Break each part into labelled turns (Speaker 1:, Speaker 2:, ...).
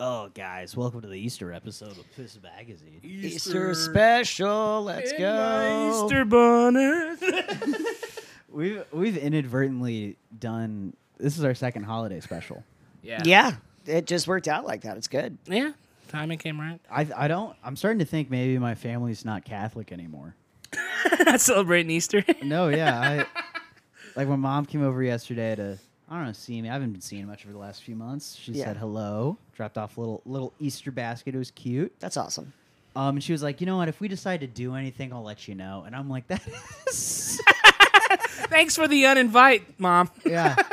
Speaker 1: Oh, guys, welcome to the Easter episode of Fist Magazine.
Speaker 2: Easter special. Let's
Speaker 1: In my
Speaker 2: go.
Speaker 1: Easter bonnet.
Speaker 3: We've we've inadvertently done. This is our second holiday special.
Speaker 4: Yeah.
Speaker 2: Yeah, it just worked out like that. It's good.
Speaker 4: Yeah. Timing came right.
Speaker 3: I I don't. I'm starting to think maybe my family's not Catholic anymore.
Speaker 4: Not celebrating Easter.
Speaker 3: No, yeah. I like my mom came over yesterday to I don't know see me. I haven't been seeing much over the last few months. She
Speaker 2: Yeah.
Speaker 3: said hello, dropped off a little little Easter basket. It was cute.
Speaker 2: That's awesome.
Speaker 3: Um, and she was like, you know what? If we decide to do anything, I'll let you know. And I'm like, that is
Speaker 4: Thanks for the uninvite, Mom.
Speaker 3: yeah. I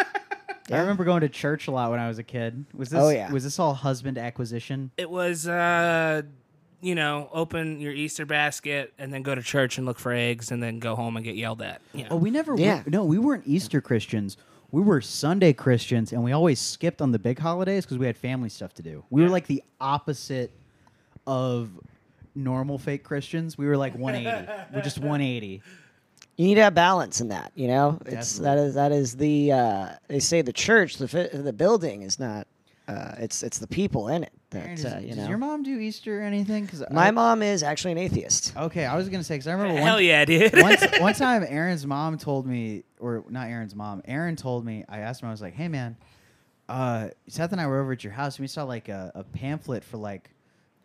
Speaker 2: Yeah.
Speaker 3: remember going to church a lot when I was a kid. Was this
Speaker 2: Oh, yeah.
Speaker 3: was this all husband acquisition?
Speaker 4: It was, uh, you know, open your Easter basket and then go to church and look for eggs and then go home and get yelled at. You know.
Speaker 3: Oh, we never. we-
Speaker 2: Yeah.
Speaker 3: no, we weren't Easter Christians. We were Sunday Christians, and we always skipped on the big holidays because we had family stuff to do. We were like the opposite of normal fake Christians. We were like 180. we're just 180.
Speaker 2: You need to have balance in that. You know, it's that
Speaker 3: Definitely.
Speaker 2: is that is the uh, they say the church, the fi- the building is not. Uh, it's it's the people in it
Speaker 3: Aaron,
Speaker 2: that
Speaker 3: does,
Speaker 2: uh, you
Speaker 3: does
Speaker 2: know.
Speaker 3: your mom do Easter or anything? 'Cause
Speaker 2: My
Speaker 3: I-
Speaker 2: mom is actually an atheist.
Speaker 3: Okay, I was gonna say because I remember
Speaker 4: Hell
Speaker 3: one,
Speaker 4: yeah, dude.
Speaker 3: once, one time Aaron's mom told me, or not Aaron's mom, Aaron told me, I asked him, I was like, hey, man, uh, Seth and I were over at your house and we saw like a, a pamphlet for like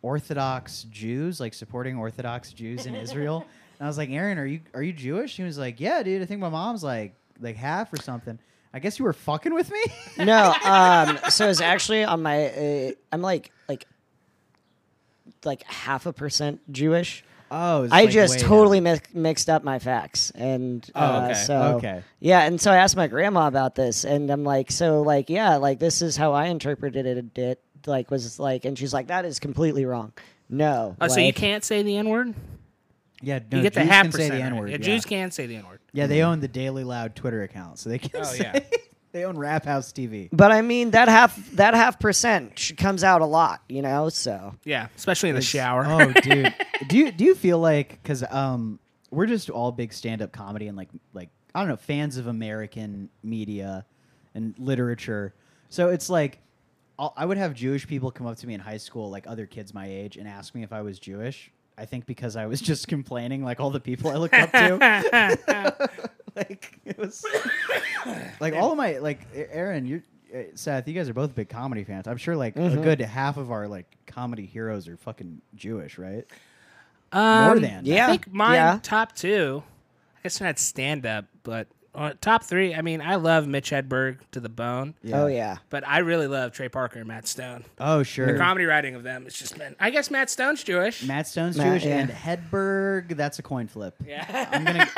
Speaker 3: Orthodox Jews, like supporting Orthodox Jews in Israel. And I was like, Aaron, are you are you Jewish? He was like, yeah, dude, I think my mom's like like half or something. I guess you were fucking with me.
Speaker 2: No, um, so it's actually on my. Uh, I'm like like like half a percent Jewish.
Speaker 3: oh, it's
Speaker 2: I
Speaker 3: like
Speaker 2: just
Speaker 3: way down. Oh,
Speaker 2: totally mix, mixed up my facts, and uh,
Speaker 4: okay.
Speaker 2: so
Speaker 3: Okay.
Speaker 2: yeah, and so I asked my grandma about this, and I'm like, so like yeah, like this is how I interpreted it. It like was like, and she's like, that is completely wrong. No,
Speaker 4: Oh, so you
Speaker 2: like-
Speaker 4: can't say the N word?
Speaker 3: Yeah,
Speaker 4: You
Speaker 3: no,
Speaker 4: get the
Speaker 3: Jews
Speaker 4: half
Speaker 3: can say
Speaker 4: percent.
Speaker 3: the
Speaker 4: right?
Speaker 3: N word.
Speaker 4: Yeah,
Speaker 3: Yeah,
Speaker 4: Jews can say the N word.
Speaker 3: Yeah, they own the Daily Loud Twitter account, so they can
Speaker 4: Oh,
Speaker 3: say
Speaker 4: yeah.
Speaker 3: they own Rap House TV.
Speaker 2: But I mean that half that half percent sh- comes out a lot, you know. So
Speaker 4: Yeah, especially in the shower.
Speaker 3: Oh, dude. do you do you feel like because um we're just all big stand up comedy and like like I don't know fans of American media and literature. So it's like I'll, I would have Jewish people come up to me in high school, like other kids my age, and ask me if I was Jewish. I think because I was just complaining, like all the people I looked up to. like it was like all of my like A- Aaron, you are Seth, you guys are both big comedy fans. I'm sure like
Speaker 2: Mm-hmm.
Speaker 3: a good half of our like comedy heroes are fucking Jewish, right? More
Speaker 4: Um,
Speaker 3: than
Speaker 2: yeah.
Speaker 4: I think my
Speaker 2: yeah.
Speaker 4: top two. I guess not stand up, but uh, top three. I mean, I love Mitch Hedberg to the bone,
Speaker 2: oh yeah,
Speaker 4: but I really love Trey Parker and Matt Stone.
Speaker 3: Oh
Speaker 4: The
Speaker 3: sure.
Speaker 4: comedy writing of them, it's just been. I guess Matt Stone's Jewish.
Speaker 3: Matt Stone's
Speaker 2: Matt,
Speaker 3: Jewish
Speaker 2: yeah.
Speaker 3: and Hedberg. That's a coin flip.
Speaker 4: yeah.
Speaker 3: I'm gonna.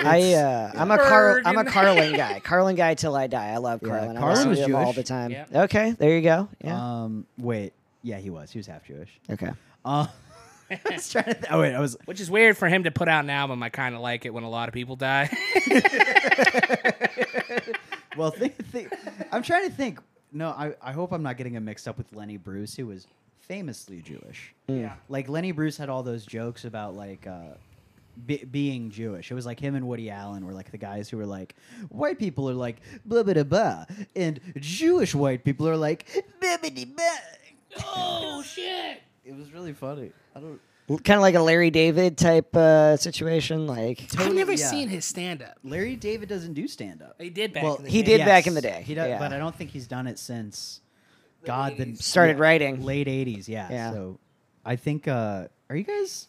Speaker 2: I
Speaker 3: it's-
Speaker 2: uh, I'm a Carl
Speaker 4: Berg
Speaker 2: I'm a
Speaker 4: and-
Speaker 2: Carlin guy. Carlin guy till I die. I love Carlin. I
Speaker 3: Carlin
Speaker 2: listen
Speaker 3: was
Speaker 2: to him all
Speaker 3: Jewish.
Speaker 2: the time.
Speaker 4: Yeah.
Speaker 2: Okay, there you go. Yeah.
Speaker 3: Um. Wait. Yeah, he was. He was half Jewish.
Speaker 2: okay.
Speaker 3: Uh, I was trying to. oh wait, I was.
Speaker 4: Which is weird for him to put out an album. I kind of like it when a lot of people die.
Speaker 3: Well, think, think, I'm trying to think. No, I, I hope I'm not getting him mixed up with Lenny Bruce, who was famously Jewish.
Speaker 4: yeah.
Speaker 3: Like Lenny Bruce had all those jokes about like uh, be being Jewish. It was like him and Woody Allen were like the guys who were like, white people are like blah blah blah, blah and Jewish white people are like blah blah blah. blah."
Speaker 4: Oh shit.
Speaker 3: It was really funny. I don't.
Speaker 2: Kind of like a Larry David type uh, situation. Like
Speaker 4: I've
Speaker 3: Totally,
Speaker 4: never
Speaker 3: yeah.
Speaker 4: seen his stand up.
Speaker 3: Larry David doesn't do stand up.
Speaker 4: He did back.
Speaker 3: Well,
Speaker 4: in the
Speaker 2: he
Speaker 4: day.
Speaker 2: did back in the day.
Speaker 3: He does,
Speaker 2: yeah.
Speaker 3: but I don't think he's done it since God the
Speaker 2: Started
Speaker 3: yeah,
Speaker 2: writing.
Speaker 3: late eighties. Yeah.
Speaker 2: Yeah.
Speaker 3: So I think uh, are you guys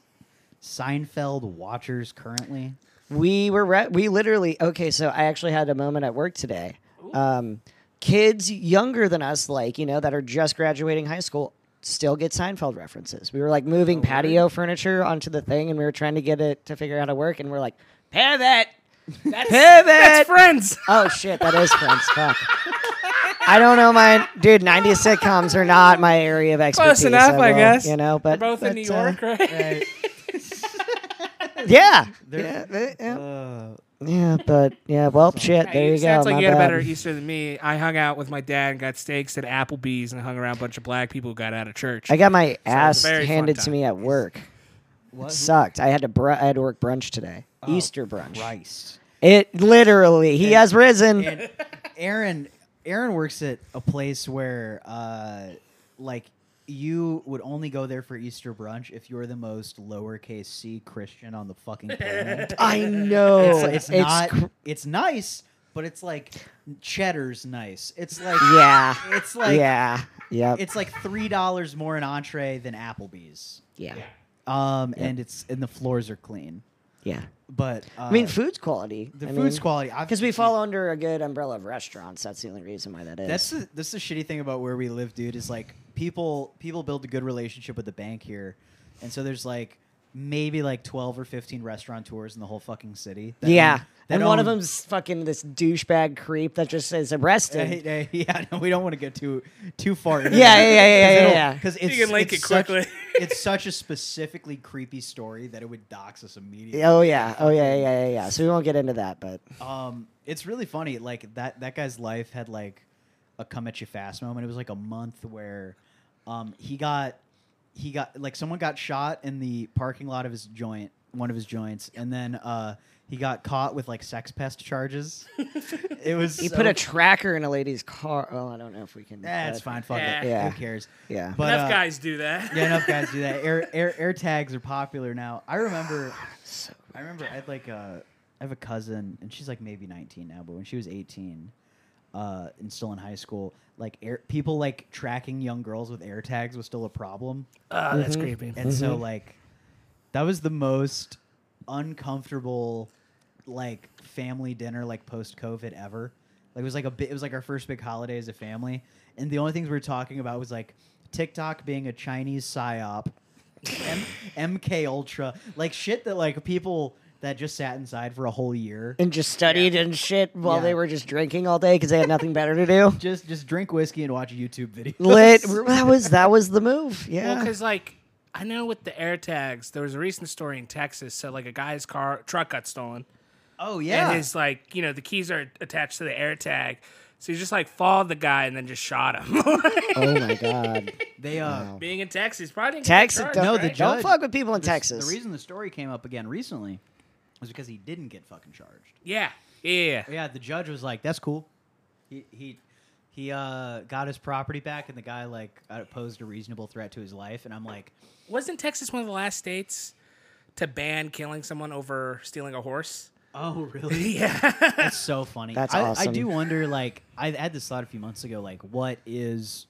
Speaker 3: Seinfeld watchers currently?
Speaker 2: We were re- we literally okay. So I actually had a moment at work today. Um, kids younger than us, like you know, that are just graduating high school, still get Seinfeld references. We were like
Speaker 4: Oh,
Speaker 2: moving patio furniture onto the thing, and we were trying to get it to figure out how to work, and we're like pivot.
Speaker 4: That's,
Speaker 2: Pivot!
Speaker 4: that's friends.
Speaker 2: Oh shit, that is Friends. Fuck. I don't know my dude. '90s sitcoms are not my area of expertise.
Speaker 4: enough, I
Speaker 2: will,
Speaker 4: guess.
Speaker 2: You know, but
Speaker 4: We're both in
Speaker 2: but,
Speaker 4: New
Speaker 2: uh,
Speaker 4: York, right?
Speaker 2: yeah, yeah,
Speaker 3: They're-
Speaker 2: they- yeah,
Speaker 3: Uh,
Speaker 2: yeah, but yeah. Well, shit.
Speaker 4: Hey,
Speaker 2: There you go.
Speaker 4: Sounds like
Speaker 2: my
Speaker 4: you had
Speaker 2: bad.
Speaker 4: a better e- Easter than me. I hung out with my dad and got steaks at Applebee's and hung around a bunch of black people who got out of church.
Speaker 2: I got my
Speaker 4: a
Speaker 2: ass
Speaker 4: very fun
Speaker 2: handed to
Speaker 4: time.
Speaker 2: me at work.
Speaker 3: what?
Speaker 2: It sucked. I had to br- I had to work brunch today.
Speaker 3: Oh,
Speaker 2: Easter brunch.
Speaker 3: Christ.
Speaker 2: It literally. He has risen.
Speaker 3: And Aaron Aaron works at a place where uh, like you would only go there for Easter brunch if you were the most lowercase c Christian on the fucking planet.
Speaker 2: I
Speaker 3: it's,
Speaker 2: know.
Speaker 3: like- Oh, it's not.
Speaker 2: cr-
Speaker 3: it's nice, but it's like cheddar's nice. It's like
Speaker 2: yeah.
Speaker 3: It's like
Speaker 2: yeah. Yep.
Speaker 3: It's like three dollars more an entree than Applebee's.
Speaker 2: yeah.
Speaker 3: Um, and it's and the floors are clean.
Speaker 2: Yeah.
Speaker 3: But uh,
Speaker 2: I mean, food's quality.
Speaker 3: the
Speaker 2: I
Speaker 3: food's
Speaker 2: mean,
Speaker 3: quality I've-
Speaker 2: Because we fall under a good umbrella of restaurants. That's the only reason why that is.
Speaker 3: That's the, that's the shitty thing about where we live, dude. Is like people people build a good relationship with the bank here, and so there's like maybe like twelve or fifteen restaurateurs in the whole fucking city. that
Speaker 2: yeah.
Speaker 3: own- that um,
Speaker 2: And one of
Speaker 3: own-
Speaker 2: them's fucking this douchebag creep that just says arrested.
Speaker 3: Hey, hey, yeah, no, we don't want to go too too far. into
Speaker 2: Yeah,
Speaker 3: that.
Speaker 2: yeah, yeah, yeah,
Speaker 3: 'Cause
Speaker 2: yeah,
Speaker 3: it'll-
Speaker 2: yeah.
Speaker 3: 'cause it's,
Speaker 4: can link
Speaker 3: it's
Speaker 4: it
Speaker 3: such-
Speaker 4: quickly.
Speaker 3: it's such a specifically creepy story that it would dox us immediately.
Speaker 2: Oh yeah. Oh yeah. Yeah. Yeah. Yeah. So we won't get into that, but
Speaker 3: Um, it's really funny. Like that that guy's life had like a come at you fast moment. It was like a month where um, he got he got like someone got shot in the parking lot of his joint, one of his joints, and then uh, he got caught with like sex pest charges. it was
Speaker 2: he
Speaker 3: so-
Speaker 2: put a tracker in a lady's car. Oh, I don't know if we can.
Speaker 3: Nah, it's
Speaker 2: but-
Speaker 3: fine. Fuck it.
Speaker 4: Yeah.
Speaker 2: Yeah.
Speaker 3: Who cares?
Speaker 2: Yeah.
Speaker 3: But
Speaker 4: Eh. enough
Speaker 3: uh,
Speaker 4: guys do that.
Speaker 3: yeah, enough guys do that. Air, air air tags are popular now. I remember,
Speaker 2: So-
Speaker 3: I remember, I had like a, I have a cousin, and she's like maybe 19 now, but when she was 18, uh, and still in high school, like air people like tracking young girls with air tags was still a problem,
Speaker 4: oh, that's creepy.
Speaker 3: and so like, that was the most uncomfortable, like family dinner like post COVID ever. Like it was like a bit. It was like our first big holiday as a family, and the only things we were talking about was like TikTok being a Chinese psyop. M- MK Ultra, like shit that like people that just sat inside for a whole year
Speaker 2: And just studied and shit while
Speaker 3: Yeah.
Speaker 2: they were just drinking all day because they had nothing better to do.
Speaker 3: just just drink whiskey and watch YouTube videos.
Speaker 2: Lit. That was that was the move. Yeah.
Speaker 4: Well, because like I know with the air tags, there was a recent story in Texas. So like a guy's car truck got stolen,
Speaker 3: Oh yeah,
Speaker 4: and his like you know the keys are attached to the air tag. So he just like followed the guy and then just shot him.
Speaker 2: oh my god.
Speaker 3: they uh
Speaker 4: Being in Texas, probably didn't
Speaker 2: Oh. Texas.
Speaker 4: Get charged,
Speaker 2: Don't,
Speaker 3: No,
Speaker 4: no,
Speaker 3: the
Speaker 4: right?
Speaker 3: ju-
Speaker 2: don't
Speaker 3: judge-
Speaker 2: fuck with people in
Speaker 3: this-
Speaker 2: Texas.
Speaker 3: The reason the story came up again recently was because he didn't get fucking charged.
Speaker 4: yeah, yeah, yeah.
Speaker 3: Yeah, the judge was like, "That's cool." He he he uh, got his property back, and the guy like uh, posed a reasonable threat to his life. And I'm like,
Speaker 4: Wasn't Texas one of the last states to ban killing someone over stealing a horse?
Speaker 3: "Oh really?"
Speaker 4: Yeah,
Speaker 3: That's so funny.
Speaker 2: That's
Speaker 3: I, I
Speaker 2: awesome.
Speaker 3: do wonder, like, I had this thought a few months ago, like, what is,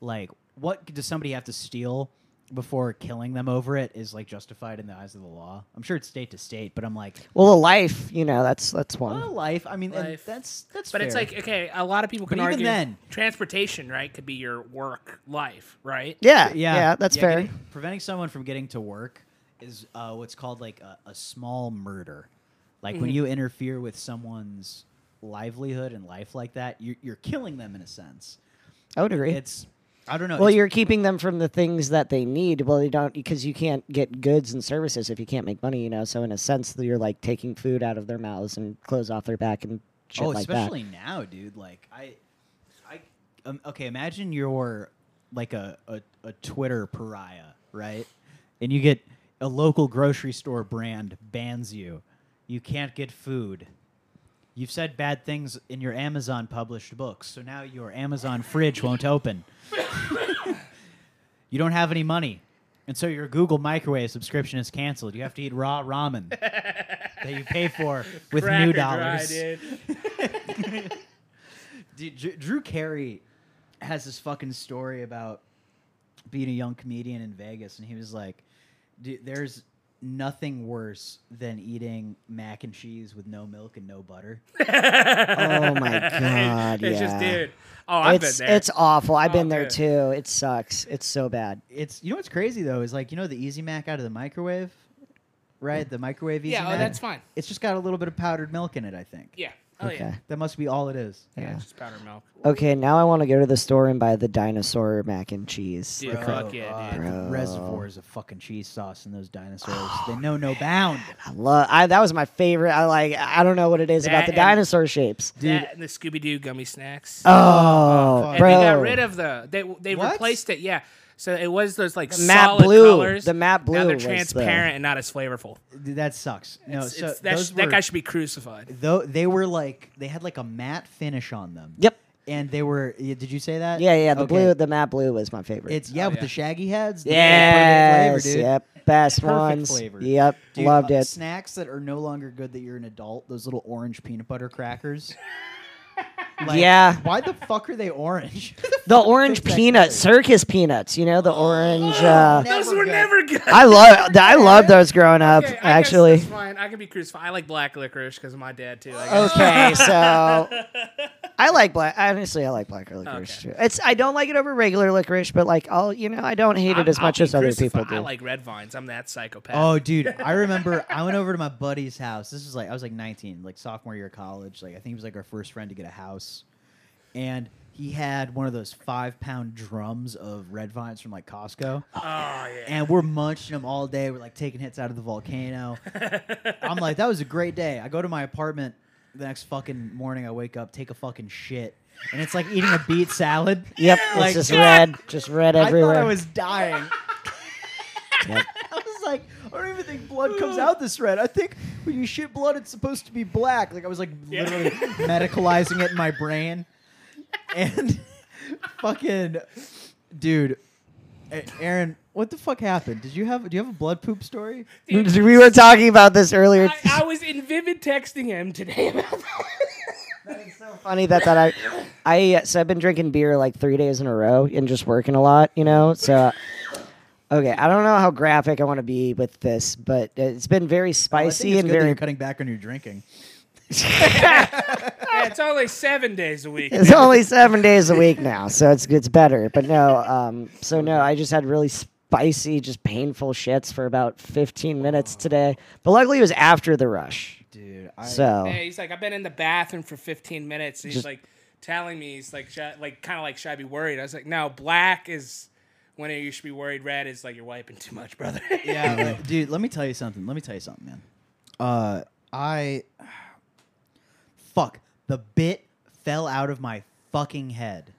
Speaker 3: like, what does somebody have to steal before killing them over it is, like, justified in the eyes of the law? I'm sure it's state to state, but I'm like,
Speaker 2: well, a life. You know, that's that's one.
Speaker 3: well, life. I mean, and
Speaker 4: Life.
Speaker 3: that's, that's,
Speaker 4: but it's
Speaker 3: fair.
Speaker 4: like okay, a lot of people can
Speaker 3: But even
Speaker 4: argue
Speaker 3: then-
Speaker 4: transportation, right, could be your work life, right?
Speaker 2: yeah.
Speaker 3: yeah,
Speaker 2: Yeah. that's fair.
Speaker 3: getting- preventing someone from getting to work is uh, what's called like a, a small murder. Like
Speaker 2: Mm-hmm.
Speaker 3: when you interfere with someone's livelihood and life like that, you're, you're killing them in a sense.
Speaker 2: I would agree.
Speaker 3: It's I don't know.
Speaker 2: well,
Speaker 3: it's-
Speaker 2: you're keeping them from the things that they need. Well, they don't because you can't get goods and services if you can't make money. You know, so in a sense, you're like taking food out of their mouths and clothes off their back and shit
Speaker 3: oh,
Speaker 2: like that.
Speaker 3: especially now, dude. Like I, I, um, okay. Imagine you're like a, a a Twitter pariah, right? And you get a local grocery store brand bans you. You can't get food. You've said bad things in your Amazon published books, so now your Amazon fridge won't open. you don't have any money, and so your Google microwave subscription is canceled. You have to eat raw ramen that you pay for with new
Speaker 4: Cracker dry,
Speaker 3: dollars.
Speaker 4: dude.
Speaker 3: Dude, Dr- Drew Carey has this fucking story about being a young comedian in Vegas, and he was like, "Dude, "There's nothing worse than eating mac and cheese with no milk and no butter."
Speaker 2: oh my god,
Speaker 4: it's
Speaker 2: yeah.
Speaker 4: just dude. Oh, I've
Speaker 2: it's
Speaker 4: been there. Oh,
Speaker 2: it's awful. I've been there
Speaker 4: dude.
Speaker 2: too. It sucks. It's so bad.
Speaker 3: It's you know what's crazy though is like you know the Easy Mac out of the microwave, right? The microwave Easy
Speaker 4: Yeah, oh,
Speaker 3: Mac?
Speaker 4: that's fine.
Speaker 3: It's just got a little bit of powdered milk in it, I think.
Speaker 4: yeah. Oh yeah.
Speaker 2: Okay.
Speaker 3: That must be all it is.
Speaker 4: Yeah, it's just powder milk.
Speaker 2: Okay, now I want to go to the store and buy the dinosaur mac and cheese.
Speaker 4: Dude, fuck yeah, dude.
Speaker 2: Bro.
Speaker 3: Reservoirs of fucking cheese sauce in those dinosaurs.
Speaker 4: Oh,
Speaker 3: they know no bound.
Speaker 2: I love. I, that was my favorite. I like. I don't know what it is
Speaker 4: That
Speaker 2: about the
Speaker 4: and-
Speaker 2: dinosaur shapes.
Speaker 4: That and the Scooby Doo gummy snacks.
Speaker 2: Oh,
Speaker 3: fuck.
Speaker 4: and
Speaker 2: bro.
Speaker 4: they got rid of the they they
Speaker 3: What?
Speaker 4: replaced it. Yeah. So it was those like
Speaker 2: The matte
Speaker 4: solid
Speaker 2: blue-
Speaker 4: colors.
Speaker 2: the matte
Speaker 4: Now
Speaker 2: blue
Speaker 4: they're
Speaker 2: was the-
Speaker 4: transparent and not as flavorful.
Speaker 3: Dude, that sucks. No,
Speaker 4: It's-
Speaker 3: so
Speaker 4: it's- that, sh-
Speaker 3: those
Speaker 4: that
Speaker 3: were-
Speaker 4: guy should be crucified.
Speaker 3: though they were like they had like a matte finish on them.
Speaker 2: Yep.
Speaker 3: and they were. yeah, Did you say that?
Speaker 2: Yeah, yeah. The
Speaker 3: Okay.
Speaker 2: blue, the matte blue was my favorite.
Speaker 3: It's yeah,
Speaker 4: Oh,
Speaker 3: with
Speaker 4: yeah.
Speaker 3: the shaggy heads. the perfect
Speaker 2: yes,
Speaker 3: flavor, dude.
Speaker 2: yep, best
Speaker 3: Perfect
Speaker 2: ones.
Speaker 3: flavor.
Speaker 2: Yep,
Speaker 3: Dude,
Speaker 2: loved
Speaker 3: uh,
Speaker 2: it.
Speaker 3: Snacks that are no longer good that you're an adult. Those little orange peanut butter crackers.
Speaker 2: Yeah.
Speaker 3: Why the fuck are they orange?
Speaker 2: The orange
Speaker 3: Perfect
Speaker 2: peanuts,
Speaker 3: flavor.
Speaker 2: circus peanuts. You know the orange. Uh,
Speaker 3: no.
Speaker 4: Those
Speaker 3: Never
Speaker 4: were
Speaker 3: good.
Speaker 4: never good.
Speaker 2: I love, I love those growing up.
Speaker 4: Oh. Okay, I guess
Speaker 2: actually.
Speaker 4: that's fine. I can be crucified. I like black licorice because of my dad too. I guess.
Speaker 2: Okay, so I like black. Honestly, I like black licorice too. It's I don't like it over regular licorice, but like I'll you know I don't hate it
Speaker 4: I'm-
Speaker 2: as
Speaker 4: I'll
Speaker 2: much
Speaker 4: be
Speaker 2: as other
Speaker 4: crucified.
Speaker 2: people do.
Speaker 4: I like red vines. I'm that psychopath.
Speaker 3: Oh, dude, I remember I went over to my buddy's house. This was like I was like 19, like sophomore year of college. Like I think he was like our first friend to get a house, and he had one of those five pound drums of red vines from like Costco,
Speaker 4: Oh, yeah.
Speaker 3: and we're munching them all day. We're like taking hits out of the volcano. I'm like, that was a great day. I go to my apartment the next fucking morning. I wake up, take a fucking shit, and it's like eating a beet salad.
Speaker 2: yep,
Speaker 3: Like,
Speaker 2: it's just red, just red everywhere.
Speaker 3: I thought I was dying.
Speaker 2: Yep.
Speaker 3: I was like, I don't even think blood comes out this red. I think when you shit blood, it's supposed to be black. Like I was like
Speaker 4: Yeah.
Speaker 3: literally medicalizing it in my brain, and fucking dude, A- Aaron, what the fuck happened? Did you have do you have a blood poop story?
Speaker 2: we were talking about this earlier.
Speaker 4: I, I was in vivid texting him today about that.
Speaker 2: It's so funny that that I, I uh, so I've been drinking beer like three days in a row and just working a lot, you know. So, okay, I don't know how graphic I want to be with this, but it's been very
Speaker 3: Oh, I think
Speaker 2: spicy
Speaker 3: it's
Speaker 2: and
Speaker 3: good that
Speaker 2: very.
Speaker 3: you're cutting back on your drinking.
Speaker 4: Yeah, it's only seven days a week.
Speaker 2: It's only seven days a week now, so it's it's better. But no, um, so no, I just had really spicy, just painful shits for about fifteen minutes today. But luckily, it was after the rush,
Speaker 3: Dude, I,
Speaker 2: so.
Speaker 4: Yeah, he's like, I've been in the bathroom for 15 minutes. He's
Speaker 2: Just-
Speaker 4: like telling me, he's like, should, like kind of like, should I be worried? I was like, no, black is when you should be worried. Red is like, you're wiping too much, brother.
Speaker 3: yeah, like, dude. Let me tell you something. Let me tell you something, man. Uh, I fuck the bit fell out of my fucking head.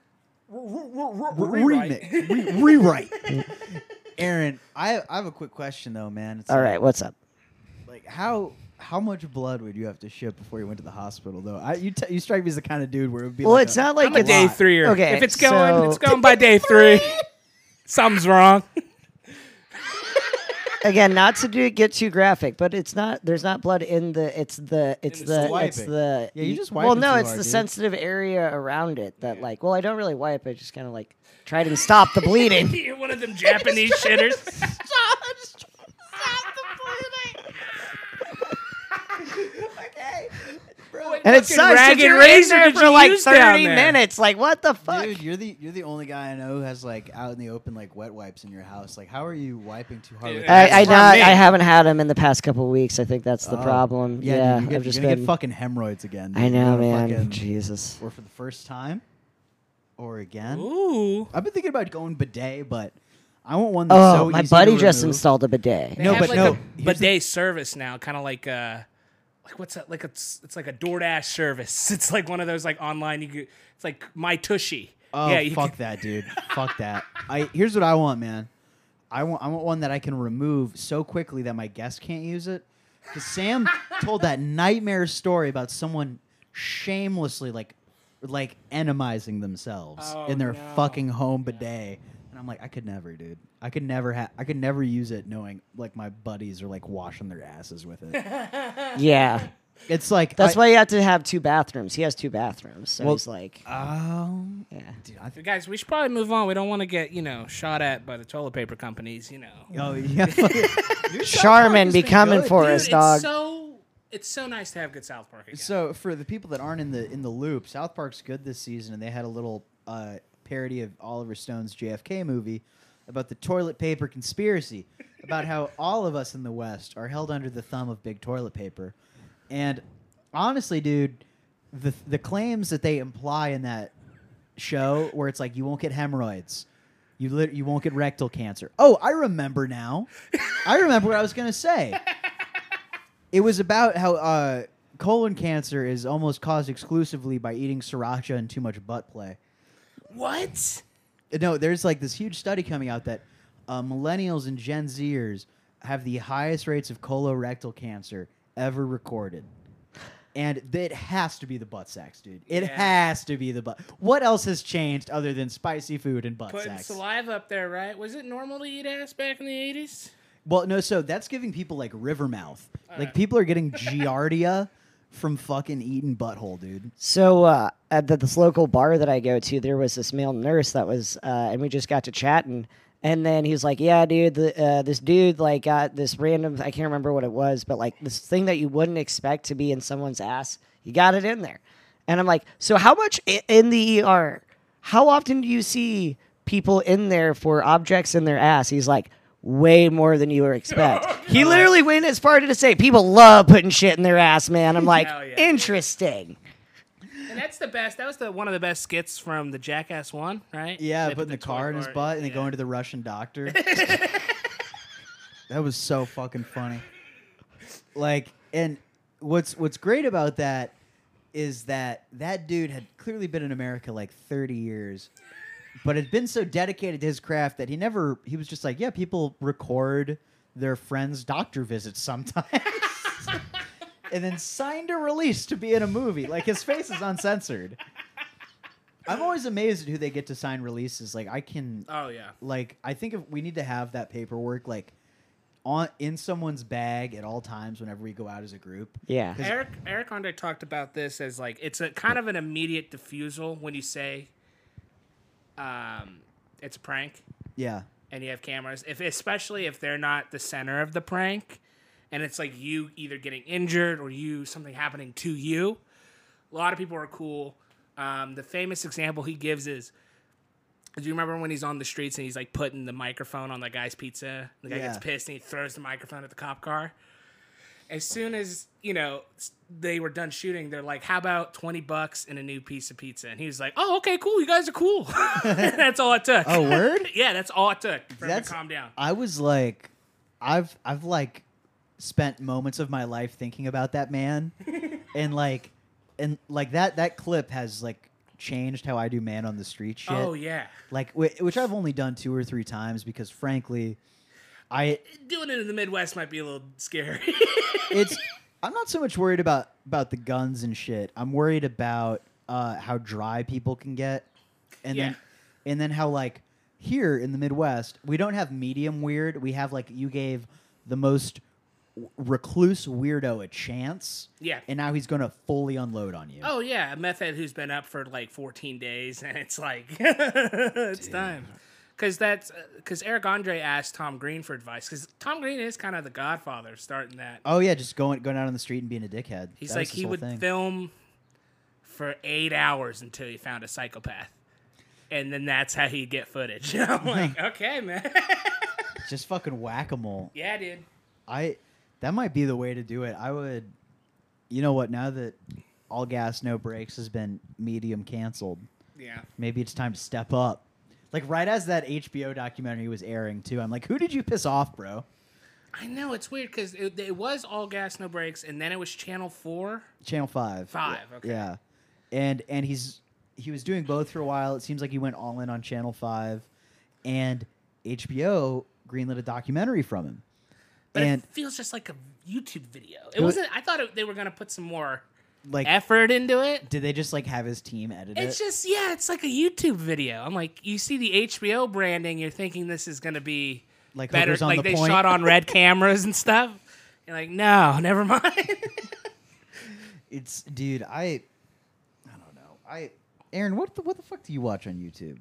Speaker 4: Rewrite.
Speaker 3: Remix, re- rewrite. Aaron, I I have a quick question though, man. It's
Speaker 2: All
Speaker 3: like,
Speaker 2: right, what's up?
Speaker 3: like how how much blood would you have to ship before you went to the hospital though? I, you t- you strike me as the kind of dude where it would be.
Speaker 2: Well,
Speaker 3: like
Speaker 2: it's
Speaker 3: a-
Speaker 2: not like
Speaker 4: I'm a
Speaker 2: it's,
Speaker 4: day three or
Speaker 2: Okay,
Speaker 4: if it's going,
Speaker 2: so-
Speaker 4: it's going by day three. Something's wrong.
Speaker 2: again, not to do, get too graphic, but it's not. There's not blood in the. It's the. It's
Speaker 4: It's
Speaker 2: the.
Speaker 3: the
Speaker 2: It's
Speaker 3: wiping.
Speaker 2: the.
Speaker 3: Yeah, you're just
Speaker 2: Well,
Speaker 3: wiping
Speaker 2: no,
Speaker 3: too
Speaker 2: it's
Speaker 3: hard,
Speaker 2: the
Speaker 3: dude.
Speaker 2: sensitive area around it that, like, well, I don't really wipe. I just kind of like try to stop the bleeding.
Speaker 4: You're one of them Japanese shitters.
Speaker 3: okay, bro.
Speaker 2: And it
Speaker 4: Fucking
Speaker 2: sucks that
Speaker 4: Ragged
Speaker 2: you're in
Speaker 4: Razor
Speaker 2: there
Speaker 4: did
Speaker 2: for
Speaker 4: you
Speaker 2: like
Speaker 4: use down
Speaker 2: 30
Speaker 4: there?
Speaker 2: minutes. Like, what the fuck?
Speaker 3: Dude, you're the you're the only guy I know who has like out in the open like wet wipes in your house. Like, how are you wiping too hard?
Speaker 4: Dude,
Speaker 3: with
Speaker 2: I,
Speaker 3: that?
Speaker 4: That's
Speaker 2: I,
Speaker 4: from
Speaker 2: not,
Speaker 4: me.
Speaker 2: I haven't had them in the past couple weeks. I think that's the
Speaker 3: Oh.
Speaker 2: problem. Yeah,
Speaker 3: dude, you get,
Speaker 2: I've just
Speaker 3: you're gonna
Speaker 2: been.
Speaker 3: get fucking hemorrhoids again.
Speaker 2: I know,
Speaker 3: You're
Speaker 2: man.
Speaker 3: gonna Fucking,
Speaker 2: Jesus.
Speaker 3: or for the first time, or again.
Speaker 4: Ooh.
Speaker 3: I've been thinking about going bidet, but I want one. That's
Speaker 2: Oh,
Speaker 3: so
Speaker 2: my
Speaker 3: easy to
Speaker 2: buddy just
Speaker 3: remove.
Speaker 2: installed a bidet.
Speaker 4: They
Speaker 3: No,
Speaker 4: have
Speaker 3: but
Speaker 4: like
Speaker 3: no,
Speaker 4: a
Speaker 3: here's
Speaker 4: bidet
Speaker 3: the-
Speaker 4: service now, kind of like uh like what's that? Like it's it's like a DoorDash service. It's like one of those like online. You could, it's like my tushy.
Speaker 3: Oh,
Speaker 4: you
Speaker 3: fuck
Speaker 4: could-
Speaker 3: that, dude. fuck that. I here's what I want, man. I want I want one that I can remove so quickly that my guest can't use it. Because Sam told that nightmare story about someone shamelessly like like enemizing themselves
Speaker 4: Oh,
Speaker 3: in their
Speaker 4: no.
Speaker 3: fucking home bidet. And I'm like, I could never, dude. I could never have. I could never use it, knowing like my buddies are like washing their asses with it.
Speaker 2: Yeah.
Speaker 3: It's like
Speaker 2: That's
Speaker 3: I-
Speaker 2: why you have to have two bathrooms. He has two bathrooms. So
Speaker 3: Well-
Speaker 2: he's like,
Speaker 3: Um,
Speaker 2: yeah.
Speaker 3: dude, I
Speaker 4: Guys, we should probably move on. We don't want to get you know shot at by the toilet paper companies. You know,
Speaker 3: Oh yeah, Your South Park
Speaker 2: Charmin
Speaker 3: has
Speaker 2: be
Speaker 3: been
Speaker 2: coming
Speaker 3: good,
Speaker 2: for
Speaker 3: dude.
Speaker 2: us, dog.
Speaker 4: it's so it's so nice to have good South Park again.
Speaker 3: So for the people that aren't in the in the loop, South Park's good this season, and they had a little uh, parody of Oliver Stone's JFK movie about the toilet paper conspiracy, about how all of us in the West are held under the thumb of big toilet paper, and honestly, dude, the the claims that they imply in that show, where it's like you won't get hemorrhoids. You, lit- you won't get rectal cancer. Oh, I remember now. I remember what I was going to say it was about how uh, colon cancer is almost caused exclusively by eating sriracha and too much butt play.
Speaker 4: what?
Speaker 3: No, there's like this huge study coming out that uh, millennials and Gen Zers have the highest rates of colorectal cancer ever recorded. and th- it has to be the butt sex, dude. It
Speaker 4: Yeah.
Speaker 3: has to be the butt. What else has changed other than spicy food and butt
Speaker 4: Putting
Speaker 3: sex?
Speaker 4: saliva up there, right? Was it normal to eat ass back in the eighties?
Speaker 3: Well, no, so that's giving people like river mouth. like
Speaker 4: right.
Speaker 3: people are getting giardia from fucking eating butthole, dude.
Speaker 2: So uh, at the, this local bar that I go to, there was this male nurse that was, uh, and we just got to chatting. And then he was like, "Yeah, dude, the, uh, this dude like got this random. I can't remember what it was, but like this thing that you wouldn't expect to be in someone's ass. He got it in there." And I'm like, "So how much i- in the ER? How often do you see people in there for objects in their ass?" He's like. Way more than you would expect. He literally went as far to say people love putting shit in their ass, man. I'm like,
Speaker 4: Hell yeah.
Speaker 2: interesting.
Speaker 4: And that's the best. That was the one of the best skits from the Jackass one, right?
Speaker 3: Yeah,
Speaker 4: They put
Speaker 3: putting the,
Speaker 4: toy
Speaker 3: car in his
Speaker 4: car-
Speaker 3: butt and
Speaker 4: yeah.
Speaker 3: then going to the Russian doctor. that was so fucking funny. Like, and what's what's great about that is that that dude had clearly been in America like 30 years, but had been so dedicated to his craft that he never he was just like, yeah, people record their friends' doctor visits sometimes. and then signed a release to be in a movie. Like his face is uncensored. I'm always amazed at who they get to sign releases. Like I can
Speaker 4: Oh yeah.
Speaker 3: like I think if we need to have that paperwork like on in someone's bag at all times whenever we go out as a group.
Speaker 2: Yeah.
Speaker 4: Eric Eric Andre talked about this as like it's a kind of an immediate diffusal when you say um it's a prank
Speaker 3: Yeah.
Speaker 4: and you have cameras. If especially if they're not the center of the prank and it's like you either getting injured or you something happening to you. A lot of people are cool. Um, the famous example he gives is do you remember when he's on the streets and he's like putting the microphone on the guy's pizza? The guy
Speaker 3: Yeah.
Speaker 4: gets pissed and he throws the microphone at the cop car. As soon as, you know, s- they were done shooting, they're like, how about 20 bucks and a new piece of pizza? And he was like, oh, okay, cool. You guys are cool. that's all it took.
Speaker 3: Oh, word?
Speaker 4: yeah, that's all it took for him
Speaker 3: That's-
Speaker 4: to calm down.
Speaker 3: I was like I've I've like spent moments of my life thinking about that man and like and like that that clip has like changed how I do man on the street shit.
Speaker 4: Oh, yeah.
Speaker 3: Like whi- which I've only done two or three times because frankly I
Speaker 4: Doing it in the Midwest might be a little scary.
Speaker 3: it's I'm not so much worried about about the guns and shit. I'm worried about uh, how dry people can get, and then and then how like here in the Midwest we don't have medium weird. We have like you gave the most w- recluse weirdo a chance.
Speaker 4: Yeah.
Speaker 3: and now he's gonna fully unload on you.
Speaker 4: oh, yeah. A method who's been up for like 14 days and it's like, it's time. Because that's because Eric Andre asked Tom Green for advice. Because Tom Green is kind of the godfather of starting that.
Speaker 3: Oh, yeah, just going going out on the street and being a dickhead.
Speaker 4: He's
Speaker 3: That
Speaker 4: like,
Speaker 3: was his
Speaker 4: he
Speaker 3: whole
Speaker 4: would
Speaker 3: thing.
Speaker 4: film for eight hours until he found a psychopath. And then that's how he'd get footage. I'm like, okay, man.
Speaker 3: just fucking whack a mole.
Speaker 4: yeah, dude.
Speaker 3: I that might be the way to do it. I would you know what, now that all gas no brakes has been medium canceled,
Speaker 4: Yeah.
Speaker 3: maybe it's time to step up. Like right as that HBO documentary was airing too, I'm like, who did you piss off, bro?
Speaker 4: I know it's weird because it, it was all gas, no brakes, and then it was Channel Four.
Speaker 3: Channel five.
Speaker 4: Five,
Speaker 3: Yeah.
Speaker 4: okay.
Speaker 3: Yeah. And and he's he was doing both for a while. It seems like he went all in on Channel Five and HBO greenlit a documentary from him.
Speaker 4: But
Speaker 3: and
Speaker 4: it feels just like a YouTube video. It,
Speaker 3: wa-
Speaker 4: wasn't. I thought it, they were gonna put some more
Speaker 3: like
Speaker 4: effort into it.
Speaker 3: did they just like have his team edit it?
Speaker 4: It's just yeah, it's like a YouTube video. I'm like, you see the HBO branding, you're thinking this is gonna be
Speaker 3: Like
Speaker 4: better,
Speaker 3: hookers on
Speaker 4: like
Speaker 3: the
Speaker 4: they
Speaker 3: point.
Speaker 4: shot on red cameras and stuff. You're like, no, never mind.
Speaker 3: It's dude, I I don't know. I Aaron, what the what the fuck do you watch on YouTube?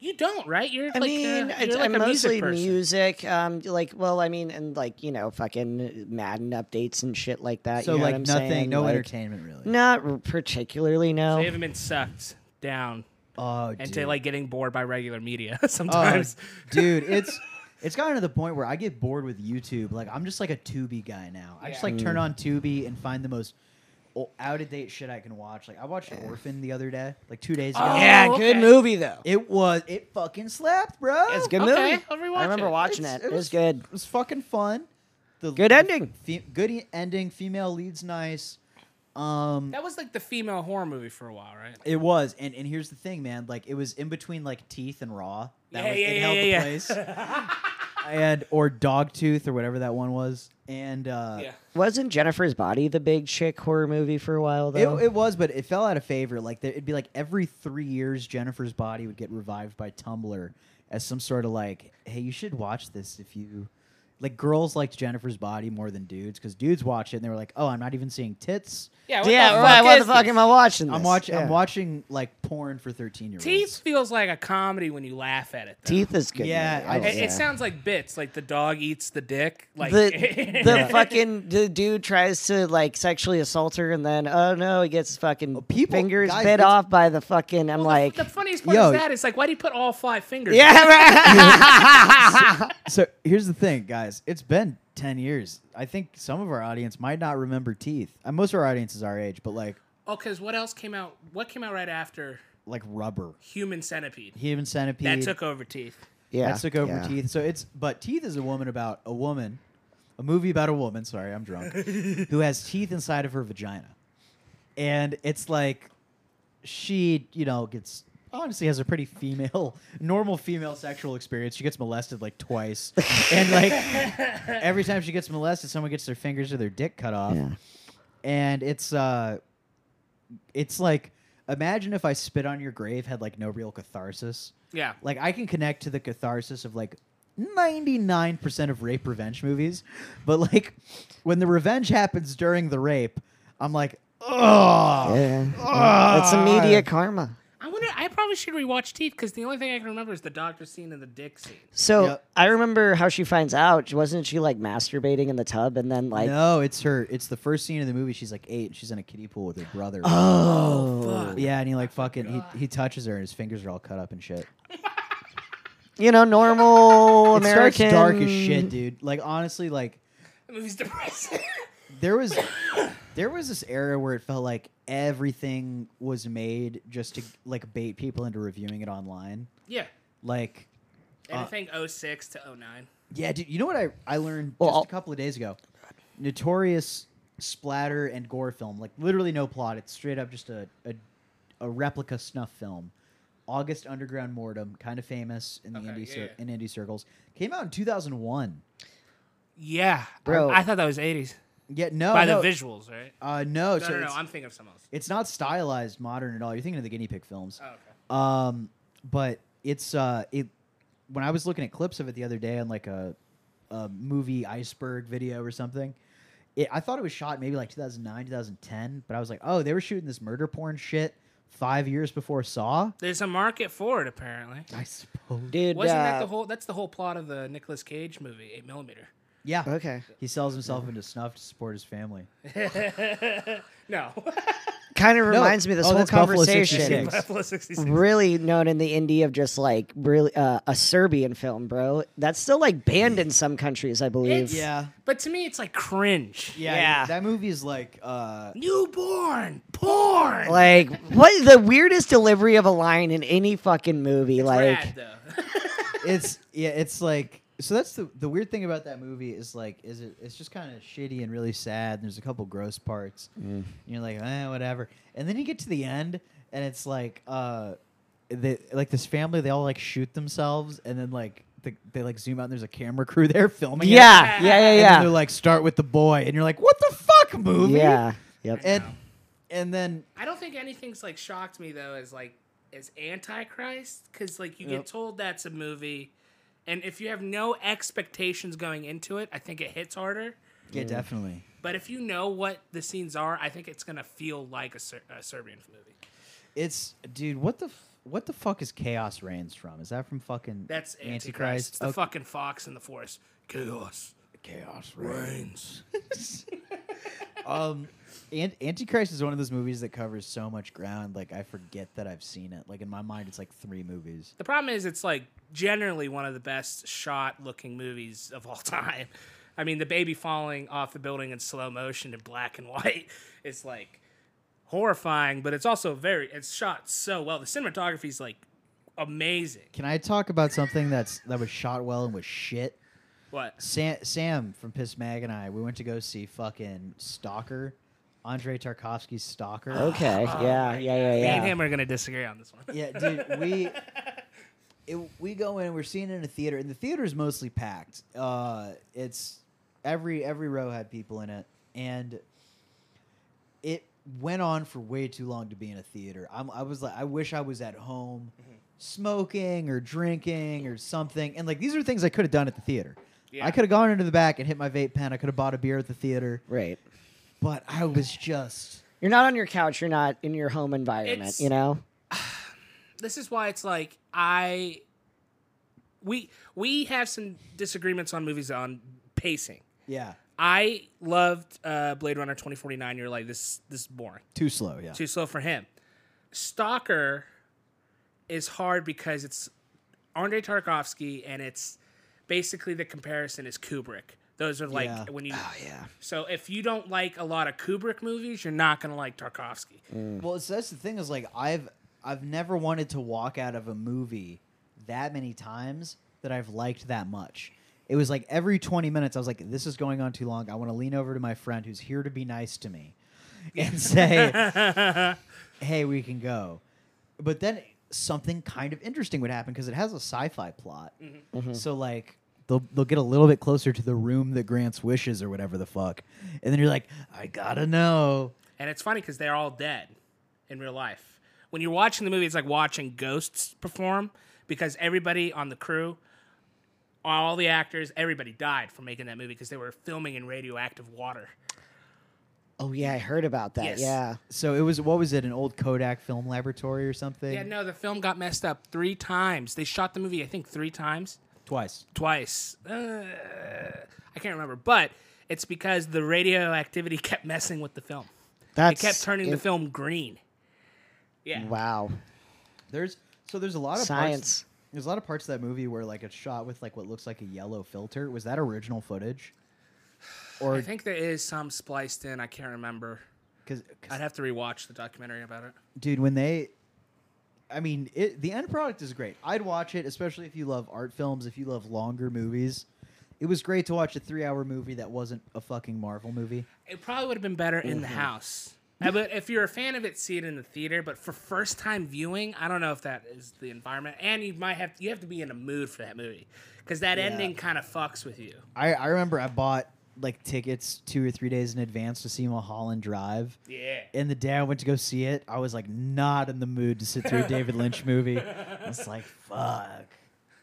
Speaker 4: you don't, right? You're
Speaker 2: I
Speaker 4: like,
Speaker 2: mean,
Speaker 4: uh,
Speaker 2: I,
Speaker 4: you're like
Speaker 2: I'm
Speaker 4: a
Speaker 2: mostly
Speaker 4: music person.
Speaker 2: music. Um, like, well, I mean, and like you know, fucking Madden updates and shit like that.
Speaker 3: So
Speaker 2: Uh, you know
Speaker 3: like
Speaker 2: what I'm
Speaker 3: nothing,
Speaker 2: saying?
Speaker 3: no
Speaker 2: Like,
Speaker 3: entertainment really.
Speaker 2: Not r- particularly. No.
Speaker 4: They haven't been sucked down
Speaker 3: oh,
Speaker 4: into
Speaker 3: dude.
Speaker 4: like getting bored by regular media
Speaker 3: Oh,
Speaker 4: sometimes.
Speaker 3: dude, it's it's gotten to the point where I get bored with YouTube. Like I'm just like a Tubi guy now. I just
Speaker 4: Yeah.
Speaker 3: like turn on
Speaker 2: Mm.
Speaker 3: Tubi and find the most out of date shit I can watch. Like I watched Orphan the other day, like two days ago.
Speaker 4: Oh,
Speaker 2: yeah,
Speaker 4: okay.
Speaker 2: good movie though.
Speaker 3: It was it fucking slapped, bro.
Speaker 2: It's a good
Speaker 4: Okay,
Speaker 2: movie.
Speaker 4: I'll rewatch
Speaker 2: I remember
Speaker 4: it.
Speaker 2: watching
Speaker 3: It's-
Speaker 2: it. It
Speaker 3: was-
Speaker 2: was good.
Speaker 3: It was fucking fun. The
Speaker 2: Good
Speaker 3: the
Speaker 2: ending.
Speaker 3: Fe- good e- ending. Female leads nice. Um,
Speaker 4: That was like the female horror movie for a while, right?
Speaker 3: It was, and and here's the thing, man. Like it was in between like teeth and raw. That
Speaker 4: Yeah,
Speaker 3: was,
Speaker 4: yeah,
Speaker 3: it
Speaker 4: yeah,
Speaker 3: held
Speaker 4: yeah,
Speaker 3: the
Speaker 4: yeah.
Speaker 3: place. I had or Dogtooth or whatever that one was, and uh,
Speaker 4: yeah.
Speaker 2: Wasn't Jennifer's Body the big chick horror movie for a while
Speaker 3: It,
Speaker 2: though?
Speaker 3: it was, but it fell out of favor. Like there, it'd be like every three years, Jennifer's body would get revived by Tumblr as some sort of like, hey, you should watch this if you like. Girls liked Jennifer's body more than dudes because dudes watch it and they were like, oh, I'm not even seeing tits.
Speaker 4: Yeah. What
Speaker 2: yeah,
Speaker 4: the
Speaker 2: right.
Speaker 4: Fuck
Speaker 2: What the
Speaker 4: is
Speaker 2: fuck
Speaker 4: this?
Speaker 2: am I watching? This?
Speaker 3: I'm watching.
Speaker 2: Yeah.
Speaker 3: I'm watching like porn for 13 year olds.
Speaker 4: Teeth feels like a comedy when you laugh at it. though.
Speaker 2: Teeth is good.
Speaker 3: Yeah,
Speaker 2: movie.
Speaker 3: I-
Speaker 2: Oh,
Speaker 4: It,
Speaker 2: yeah.
Speaker 4: it sounds like bits, like the dog eats the dick. Like
Speaker 2: the the fucking the dude tries to like sexually assault her and then oh no he gets his fucking
Speaker 3: people-
Speaker 2: fingers
Speaker 3: guys,
Speaker 2: bit
Speaker 3: it's-
Speaker 2: off by the fucking I'm like
Speaker 4: the funniest part
Speaker 3: Yo.
Speaker 4: is that it's like why do you put all five fingers?
Speaker 2: yeah right.
Speaker 3: So here's the thing, guys. It's been 10 years. I think some of our audience might not remember Teeth. Uh, most of our audience is our age, but like
Speaker 4: Oh, because what else came out? What came out right after
Speaker 3: like Rubber,
Speaker 4: Human Centipede?
Speaker 3: Human Centipede.
Speaker 4: That took over Teeth.
Speaker 2: yeah
Speaker 3: That took over
Speaker 2: yeah.
Speaker 3: Teeth. So it's but Teeth is a woman about a woman, a movie about a woman. Sorry, I'm drunk. who has teeth inside of her vagina, and it's like she, you know, gets honestly has a pretty female, normal female sexual experience. She gets molested like twice, and like every time she gets molested, someone gets their fingers or their dick cut off,
Speaker 2: Yeah.
Speaker 3: and it's uh, it's like imagine if I spit on your grave had like no real catharsis
Speaker 4: Yeah.
Speaker 3: like I can connect to the catharsis of like 99% of rape revenge movies, but like when the revenge happens during the rape, I'm like, oh,
Speaker 2: Yeah. it's
Speaker 3: Ah.
Speaker 2: a media karma
Speaker 4: I wonder. I probably should rewatch Teeth because the only thing I can remember is the doctor scene and the dick scene.
Speaker 2: so
Speaker 3: Yep.
Speaker 2: I remember how she finds out wasn't she like masturbating in the tub and then like
Speaker 3: no, it's her. It's the first scene of the movie. She's like eight. And she's in a kiddie pool with her brother.
Speaker 2: oh
Speaker 3: yeah, and he like fucking he, he touches her and his fingers are all cut up and shit.
Speaker 2: you know normal American
Speaker 3: It starts dark as shit, dude. Like honestly, like
Speaker 4: The movie's depressing.
Speaker 3: there was there was this era where it felt like everything was made just to like bait people into reviewing it online.
Speaker 4: yeah.
Speaker 3: Like,
Speaker 4: Anything 06 to 09.
Speaker 3: yeah, dude, you know what I, I learned
Speaker 2: Well,
Speaker 3: just
Speaker 2: I'll-
Speaker 3: a couple of days ago? Notorious splatter and gore film. Like, literally no plot. It's straight up just a, a, a replica snuff film. August Underground Mortem, kind of famous in the
Speaker 4: Okay,
Speaker 3: indie
Speaker 4: yeah,
Speaker 3: cir-
Speaker 4: yeah.
Speaker 3: in indie circles. Came out in 2001.
Speaker 4: Yeah,
Speaker 2: Bro.
Speaker 4: I, I thought that was 80s
Speaker 3: Yeah, no.
Speaker 4: by
Speaker 3: no,
Speaker 4: the visuals, right?
Speaker 3: Uh, no,
Speaker 4: No,
Speaker 3: so
Speaker 4: no, no.
Speaker 3: it's,
Speaker 4: I'm thinking of someone else.
Speaker 3: it's not stylized modern at all. You're thinking of the guinea pig films.
Speaker 4: Oh, okay.
Speaker 3: Um, but it's uh, it when I was looking at clips of it the other day on like a, a movie iceberg video or something, it, I thought it was shot maybe like 2009, 2010. But I was like, oh, they were shooting this murder porn shit five years before Saw.
Speaker 4: There's a market for it apparently.
Speaker 3: I suppose.
Speaker 2: dude
Speaker 4: Wasn't
Speaker 2: uh,
Speaker 4: that the whole? That's the whole plot of the Nicolas Cage movie, Eight Millimeter.
Speaker 3: Yeah.
Speaker 2: okay
Speaker 3: He sells himself into snuff to support his family.
Speaker 4: No,
Speaker 2: kind of reminds me of this
Speaker 3: Oh,
Speaker 2: whole
Speaker 3: that's Buffalo
Speaker 2: conversation
Speaker 3: 66.
Speaker 4: Buffalo 66.
Speaker 2: really known in the indie of just like really uh, a Serbian film, bro. That's still like banned in some countries, I believe.
Speaker 4: It's- But to me, it's like cringe.
Speaker 3: yeah,
Speaker 2: Yeah.
Speaker 3: That movie is like, uh,
Speaker 4: Newborn porn.
Speaker 2: Like what the weirdest delivery of a line in any fucking movie, like
Speaker 4: Rad, though.
Speaker 3: it's yeah, it's like so that's the the weird thing about that movie is like is it it's just kind of shitty and really sad. And there's a couple gross parts.
Speaker 2: Mm.
Speaker 3: And you're like, eh, whatever. And then you get to the end and it's like uh the like this family they all like shoot themselves and then like the, they like zoom out and there's a camera crew there filming. it.
Speaker 2: yeah, yeah,
Speaker 3: And then
Speaker 2: yeah,
Speaker 3: they're
Speaker 2: yeah,
Speaker 3: like start with the boy and you're like, "What the fuck movie?"
Speaker 2: yeah. Yep.
Speaker 3: And and then
Speaker 4: I don't think anything's like shocked me though as like as Antichrist because like you get told that's a movie, and if you have no expectations going into it, I think it hits harder.
Speaker 3: yeah, definitely.
Speaker 4: But if you know what the scenes are, I think it's gonna feel like a, Ser- a Serbian movie.
Speaker 3: It's dude, what the f- what the fuck is Chaos Reigns from? Is that from fucking
Speaker 4: That's Antichrist. It's the
Speaker 3: Okay.
Speaker 4: fucking fox in the forest. Chaos. Chaos reigns.
Speaker 3: Um, and Antichrist is one of those movies that covers so much ground. Like I forget that I've seen it. Like in my mind, it's like three movies.
Speaker 4: The problem is, it's like generally one of the best shot looking movies of all time. I mean, the baby falling off the building in slow motion in black and white is like horrifying, but it's also very, it's shot so well. The cinematography is like amazing.
Speaker 3: Can I talk about something that's that was shot well and was shit?
Speaker 4: What?
Speaker 3: Sam, Sam from Piss Mag and I, we went to go see fucking Stalker, Andre Tarkovsky's Stalker.
Speaker 2: okay. Yeah, yeah, yeah,
Speaker 4: Me and
Speaker 2: yeah.
Speaker 4: him are going to disagree on this one.
Speaker 3: Yeah, dude, we it, we go in, we're seeing it in a theater, and the theater is mostly packed. Uh, it's every every row had people in it, and it went on for way too long to be in a theater. I'm, I was like, I wish I was at home,
Speaker 4: Mm-hmm.
Speaker 3: smoking or drinking or something. And like these are things I could have done at the theater.
Speaker 4: Yeah.
Speaker 3: I could have gone into the back and hit my vape pen. I could have bought a beer at the theater,
Speaker 2: Right.
Speaker 3: but I was just
Speaker 2: You're not on your couch. You're not in your home environment.
Speaker 4: It's-
Speaker 2: you know.
Speaker 4: this is why it's like I we we have some disagreements on movies on pacing.
Speaker 3: yeah
Speaker 4: I loved uh, Blade Runner 2049. You're like this this is boring.
Speaker 3: too slow. Yeah,
Speaker 4: Too slow for him. Stalker is hard because it's Andrei Tarkovsky and it's basically the comparison is Kubrick. Those are like
Speaker 3: Yeah.
Speaker 4: when you
Speaker 2: yeah.
Speaker 4: So if you don't like a lot of Kubrick movies, you're not going to like Tarkovsky.
Speaker 3: Well, so that's the thing is like I've I've never wanted to walk out of a movie that many times that I've liked that much. It was like every 20 minutes I was like this is going on too long. I want to lean over to my friend who's here to be nice to me and say hey, we can go. But then something kind of interesting would happen because it has a sci-fi plot. So like They'll, they'll get a little bit closer to the room that grants wishes or whatever the fuck. And then you're like, I gotta know.
Speaker 4: And it's funny because they're all dead in real life. When you're watching the movie, it's like watching ghosts perform because everybody on the crew, all the actors, everybody died from making that movie because they were filming in radioactive water.
Speaker 2: Oh yeah, I heard about that.
Speaker 4: Yes.
Speaker 2: Yeah.
Speaker 3: So it was what was it an old Kodak film laboratory or something?
Speaker 4: Yeah, no, the film got messed up three times. They shot the movie, I think, three times.
Speaker 3: Twice.
Speaker 4: Twice. Uh, I can't remember. But it's because the radioactivity kept messing with the film.
Speaker 2: That's
Speaker 4: It kept turning the
Speaker 2: it-
Speaker 4: film green. Yeah.
Speaker 2: Wow.
Speaker 3: There's so there's a lot of
Speaker 2: Science.
Speaker 3: Parts, there's a lot of parts of that movie where like it's shot with like what looks like a yellow filter. Was that original footage?
Speaker 4: I think there is some spliced in. I can't remember.
Speaker 3: Because
Speaker 4: I'd have to rewatch the documentary about it.
Speaker 3: dude, when they, I mean, it, the end product is great. I'd watch it, especially if you love art films, if you love longer movies. It was great to watch a three-hour movie that wasn't a fucking Marvel movie.
Speaker 4: It probably would have been better in the
Speaker 2: Mm-hmm.
Speaker 4: house. Uh, But if you're a fan of it, see it in the theater. But for first time viewing, I don't know if that is the environment. And you might have you have to be in a mood for that movie because that ending kind of fucks with you.
Speaker 3: I, I remember I bought like tickets two or three days in advance to see Mulholland Drive.
Speaker 4: Yeah.
Speaker 3: And the day I went to go see it, I was like not in the mood to sit through a David Lynch movie. I was like, fuck.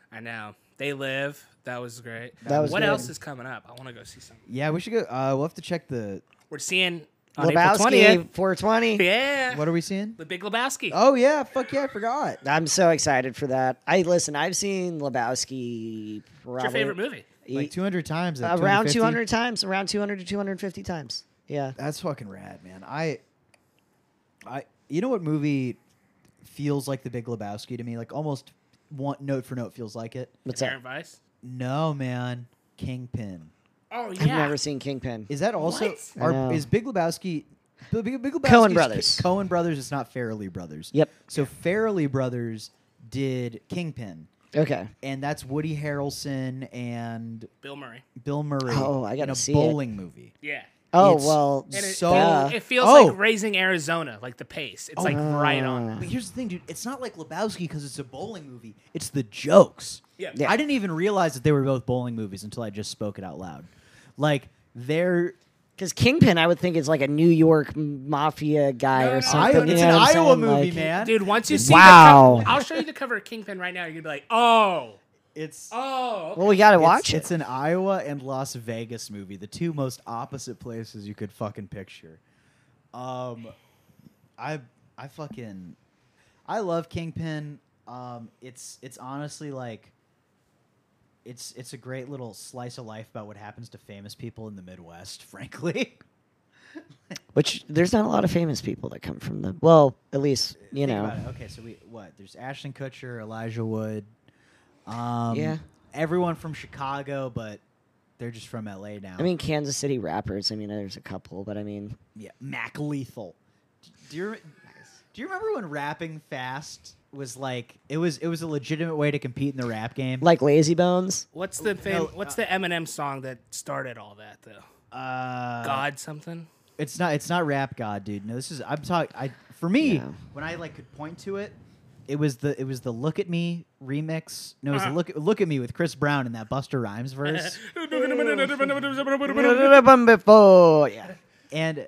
Speaker 4: I know. They live. That was great.
Speaker 2: That was
Speaker 4: what
Speaker 2: good.
Speaker 4: else is coming up? I want to go see something.
Speaker 3: Yeah, we should go. Uh, we'll have to check the.
Speaker 4: We're seeing on April
Speaker 2: Lebowski,
Speaker 4: 20th.
Speaker 2: 420.
Speaker 4: Yeah.
Speaker 3: What are we seeing?
Speaker 4: the Big Lebowski.
Speaker 3: Oh yeah, fuck yeah, I forgot.
Speaker 2: I'm so excited for that. I listen. I've seen Lebowski.
Speaker 4: What's
Speaker 2: Probably, e,
Speaker 4: your favorite movie?
Speaker 3: Like two hundred times. like
Speaker 2: around
Speaker 3: 250.
Speaker 2: 200 times, around 200 to 250 times. Yeah.
Speaker 3: That's fucking rad, man. I, I, you know what movie feels like The Big Lebowski to me? Like almost one note for note feels like it.
Speaker 2: What's
Speaker 4: Aaron
Speaker 2: that?
Speaker 4: Vice.
Speaker 3: No, man, Kingpin.
Speaker 4: Oh yeah.
Speaker 2: I've never seen Kingpin.
Speaker 3: Is that also?
Speaker 4: What?
Speaker 2: I know.
Speaker 3: Are, is Big Lebowski? Big, Big Lebowski's
Speaker 2: Coen Brothers.
Speaker 3: Cohen Brothers. It's not Farrelly Brothers.
Speaker 2: Yep.
Speaker 3: So Farrelly Brothers did Kingpin,
Speaker 2: okay.
Speaker 3: and that's Woody Harrelson and
Speaker 4: Bill Murray.
Speaker 3: Bill Murray.
Speaker 2: Oh, I gotta
Speaker 3: in a
Speaker 2: see it.
Speaker 3: bowling movie.
Speaker 4: Yeah.
Speaker 2: Oh
Speaker 3: It's-
Speaker 2: well.
Speaker 4: And it,
Speaker 3: So-
Speaker 2: duh.
Speaker 4: it feels
Speaker 3: Oh.
Speaker 4: like raising Arizona, like the pace. It's like right on.
Speaker 3: But here's the thing, dude. It's not like Lebowski because it's a bowling movie. It's the jokes.
Speaker 4: Yeah.
Speaker 2: Yeah.
Speaker 3: I didn't even realize that they were both bowling movies until I just spoke it out loud. Like they're
Speaker 2: Because Kingpin, I would think is like a New York m- mafia
Speaker 4: No,
Speaker 2: guy
Speaker 4: no, no,
Speaker 2: or
Speaker 3: I,
Speaker 2: something.
Speaker 3: it's
Speaker 2: you
Speaker 3: an
Speaker 2: know what I'm
Speaker 3: Iowa
Speaker 2: saying?
Speaker 3: movie,
Speaker 2: Like-
Speaker 3: man.
Speaker 4: Dude, once you see
Speaker 2: Wow.
Speaker 4: the cover, I'll show you the cover of Kingpin right now. You'd be like, oh,
Speaker 3: It's
Speaker 4: oh.
Speaker 2: Well, we gotta
Speaker 3: It's-
Speaker 2: watch
Speaker 3: It's
Speaker 2: it.
Speaker 3: an Iowa and Las Vegas movie, the two most opposite places you could fucking picture. Um, I I fucking I love Kingpin. Um, it's it's honestly like it's it's a great little slice of life about what happens to famous people in the Midwest. Frankly,
Speaker 2: Which there's not a lot of famous people that come from the. Well, at least you
Speaker 3: Think
Speaker 2: know.
Speaker 3: about it. Okay, so we what? There's Ashton Kutcher, Elijah Wood. Um,
Speaker 2: Yeah.
Speaker 3: everyone from Chicago, but they're just from LA now.
Speaker 2: I mean, Kansas City rappers. I mean, there's a couple, but I mean,
Speaker 3: Yeah, Mac Lethal. D- Do you do you remember when rapping fast was like it was it was a legitimate way to compete in the rap game?
Speaker 2: like Lazy Bones.
Speaker 4: What's the fam-
Speaker 3: no,
Speaker 4: What's the Eminem song that started all that though?
Speaker 3: uh,
Speaker 4: God something.
Speaker 3: it's not it's not rap god, dude. No, this is I'm talking. I for me
Speaker 2: Yeah.
Speaker 3: when I like could point to it, it was the it was the look at me remix. No, it was the look look at me with Chris Brown in that Buster Rhymes verse.
Speaker 2: Before, yeah.
Speaker 3: and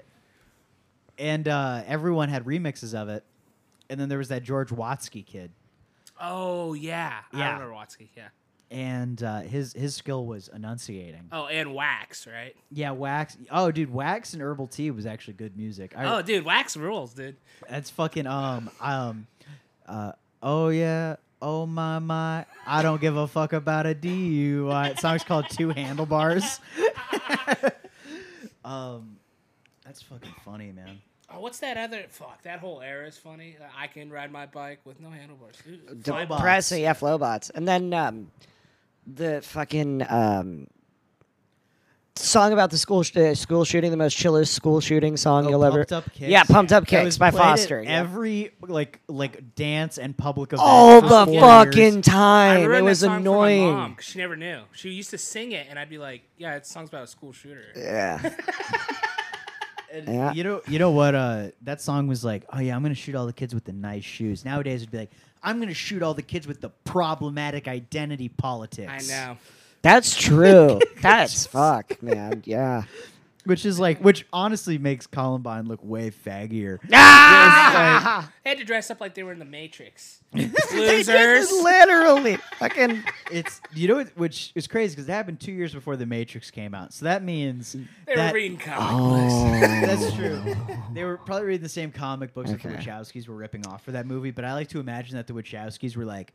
Speaker 3: and uh, everyone had remixes of it. And then there was that George Watsky kid,
Speaker 4: Oh yeah, I
Speaker 3: Yeah.
Speaker 4: remember Watsky. Yeah.
Speaker 3: and uh, his his skill was enunciating.
Speaker 4: Oh, and Wax, right?
Speaker 3: Yeah, wax. Oh, dude, wax and herbal tea was actually good music. I,
Speaker 4: Oh, dude, Wax rules, dude.
Speaker 3: that's fucking um um. Uh, oh yeah. Oh my my. I don't give a fuck about a DUI. The song's called Two Handlebars. um, that's fucking funny, man.
Speaker 4: Oh, what's that other? Fuck, that whole era is funny. Uh, I can ride my bike with no handlebars. Ooh, fly-
Speaker 3: Flowbots.
Speaker 2: Depressing, yeah, Flowbots. And then um, the fucking um, song about the school sh- uh, school shooting, the most chillest school shooting song
Speaker 3: Oh,
Speaker 2: you'll ever.
Speaker 3: Pumped Up Kicks?
Speaker 2: Yeah, pumped up
Speaker 3: That
Speaker 2: kicks
Speaker 3: was
Speaker 2: by
Speaker 3: played at
Speaker 2: Foster. yeah.
Speaker 3: Every like like dance and public event.
Speaker 2: All
Speaker 3: for
Speaker 2: the
Speaker 3: four
Speaker 2: fucking
Speaker 3: years.
Speaker 4: I
Speaker 2: time.
Speaker 4: ruined
Speaker 2: It
Speaker 4: that
Speaker 2: was
Speaker 4: song For my mom,
Speaker 2: annoying.
Speaker 4: 'cause she never knew. She used to sing it, and I'd be like, "Yeah, it's songs about a school shooter."
Speaker 2: Yeah.
Speaker 3: And
Speaker 2: Yeah.
Speaker 3: You know, you know what? Uh, that song was like, oh yeah, I'm gonna shoot all the kids with the nice shoes. Nowadays, it'd be like, I'm gonna shoot all the kids with the problematic identity
Speaker 4: I
Speaker 3: politics.
Speaker 4: know.
Speaker 2: That's true. That's fuck, man. Yeah.
Speaker 3: Which is like, which honestly makes Columbine look way faggier.
Speaker 2: Ah!
Speaker 4: They had to dress up like they were in the Matrix.
Speaker 2: They
Speaker 4: Losers.
Speaker 2: did literally fucking
Speaker 3: It's you know, what- which is crazy because it happened two years before The Matrix came out. So that means
Speaker 4: They
Speaker 3: that
Speaker 4: were reading comic books.
Speaker 3: That's true. They were probably reading the same comic books that
Speaker 2: Okay.
Speaker 3: the Wachowskis were ripping off for that movie, but I like to imagine that the Wachowskis were like,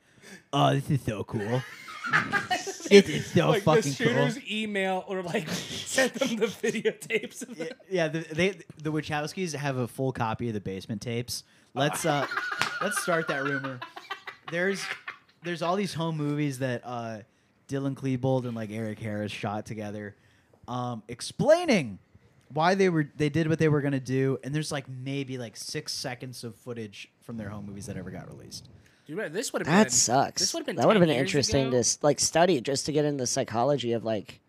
Speaker 3: "Oh, this is so cool. it is so
Speaker 4: like the
Speaker 3: fucking cool."
Speaker 4: shooters email or like sent them the videotapes of the
Speaker 3: Yeah, the, they the Wachowskis have a full copy of the basement tapes. Let's uh, let's start that rumor. There's there's all these home movies that uh, Dylan Klebold and like Eric Harris shot together, um, explaining why they were they did what they were gonna do. And there's like maybe like six seconds of footage from their home movies that ever got released.
Speaker 4: Dude, right, this would have been
Speaker 2: That sucks.
Speaker 4: This would have been
Speaker 2: that would have
Speaker 4: 10
Speaker 2: been
Speaker 4: years
Speaker 2: interesting
Speaker 4: ago.
Speaker 2: to s- like study just to get into the psychology of like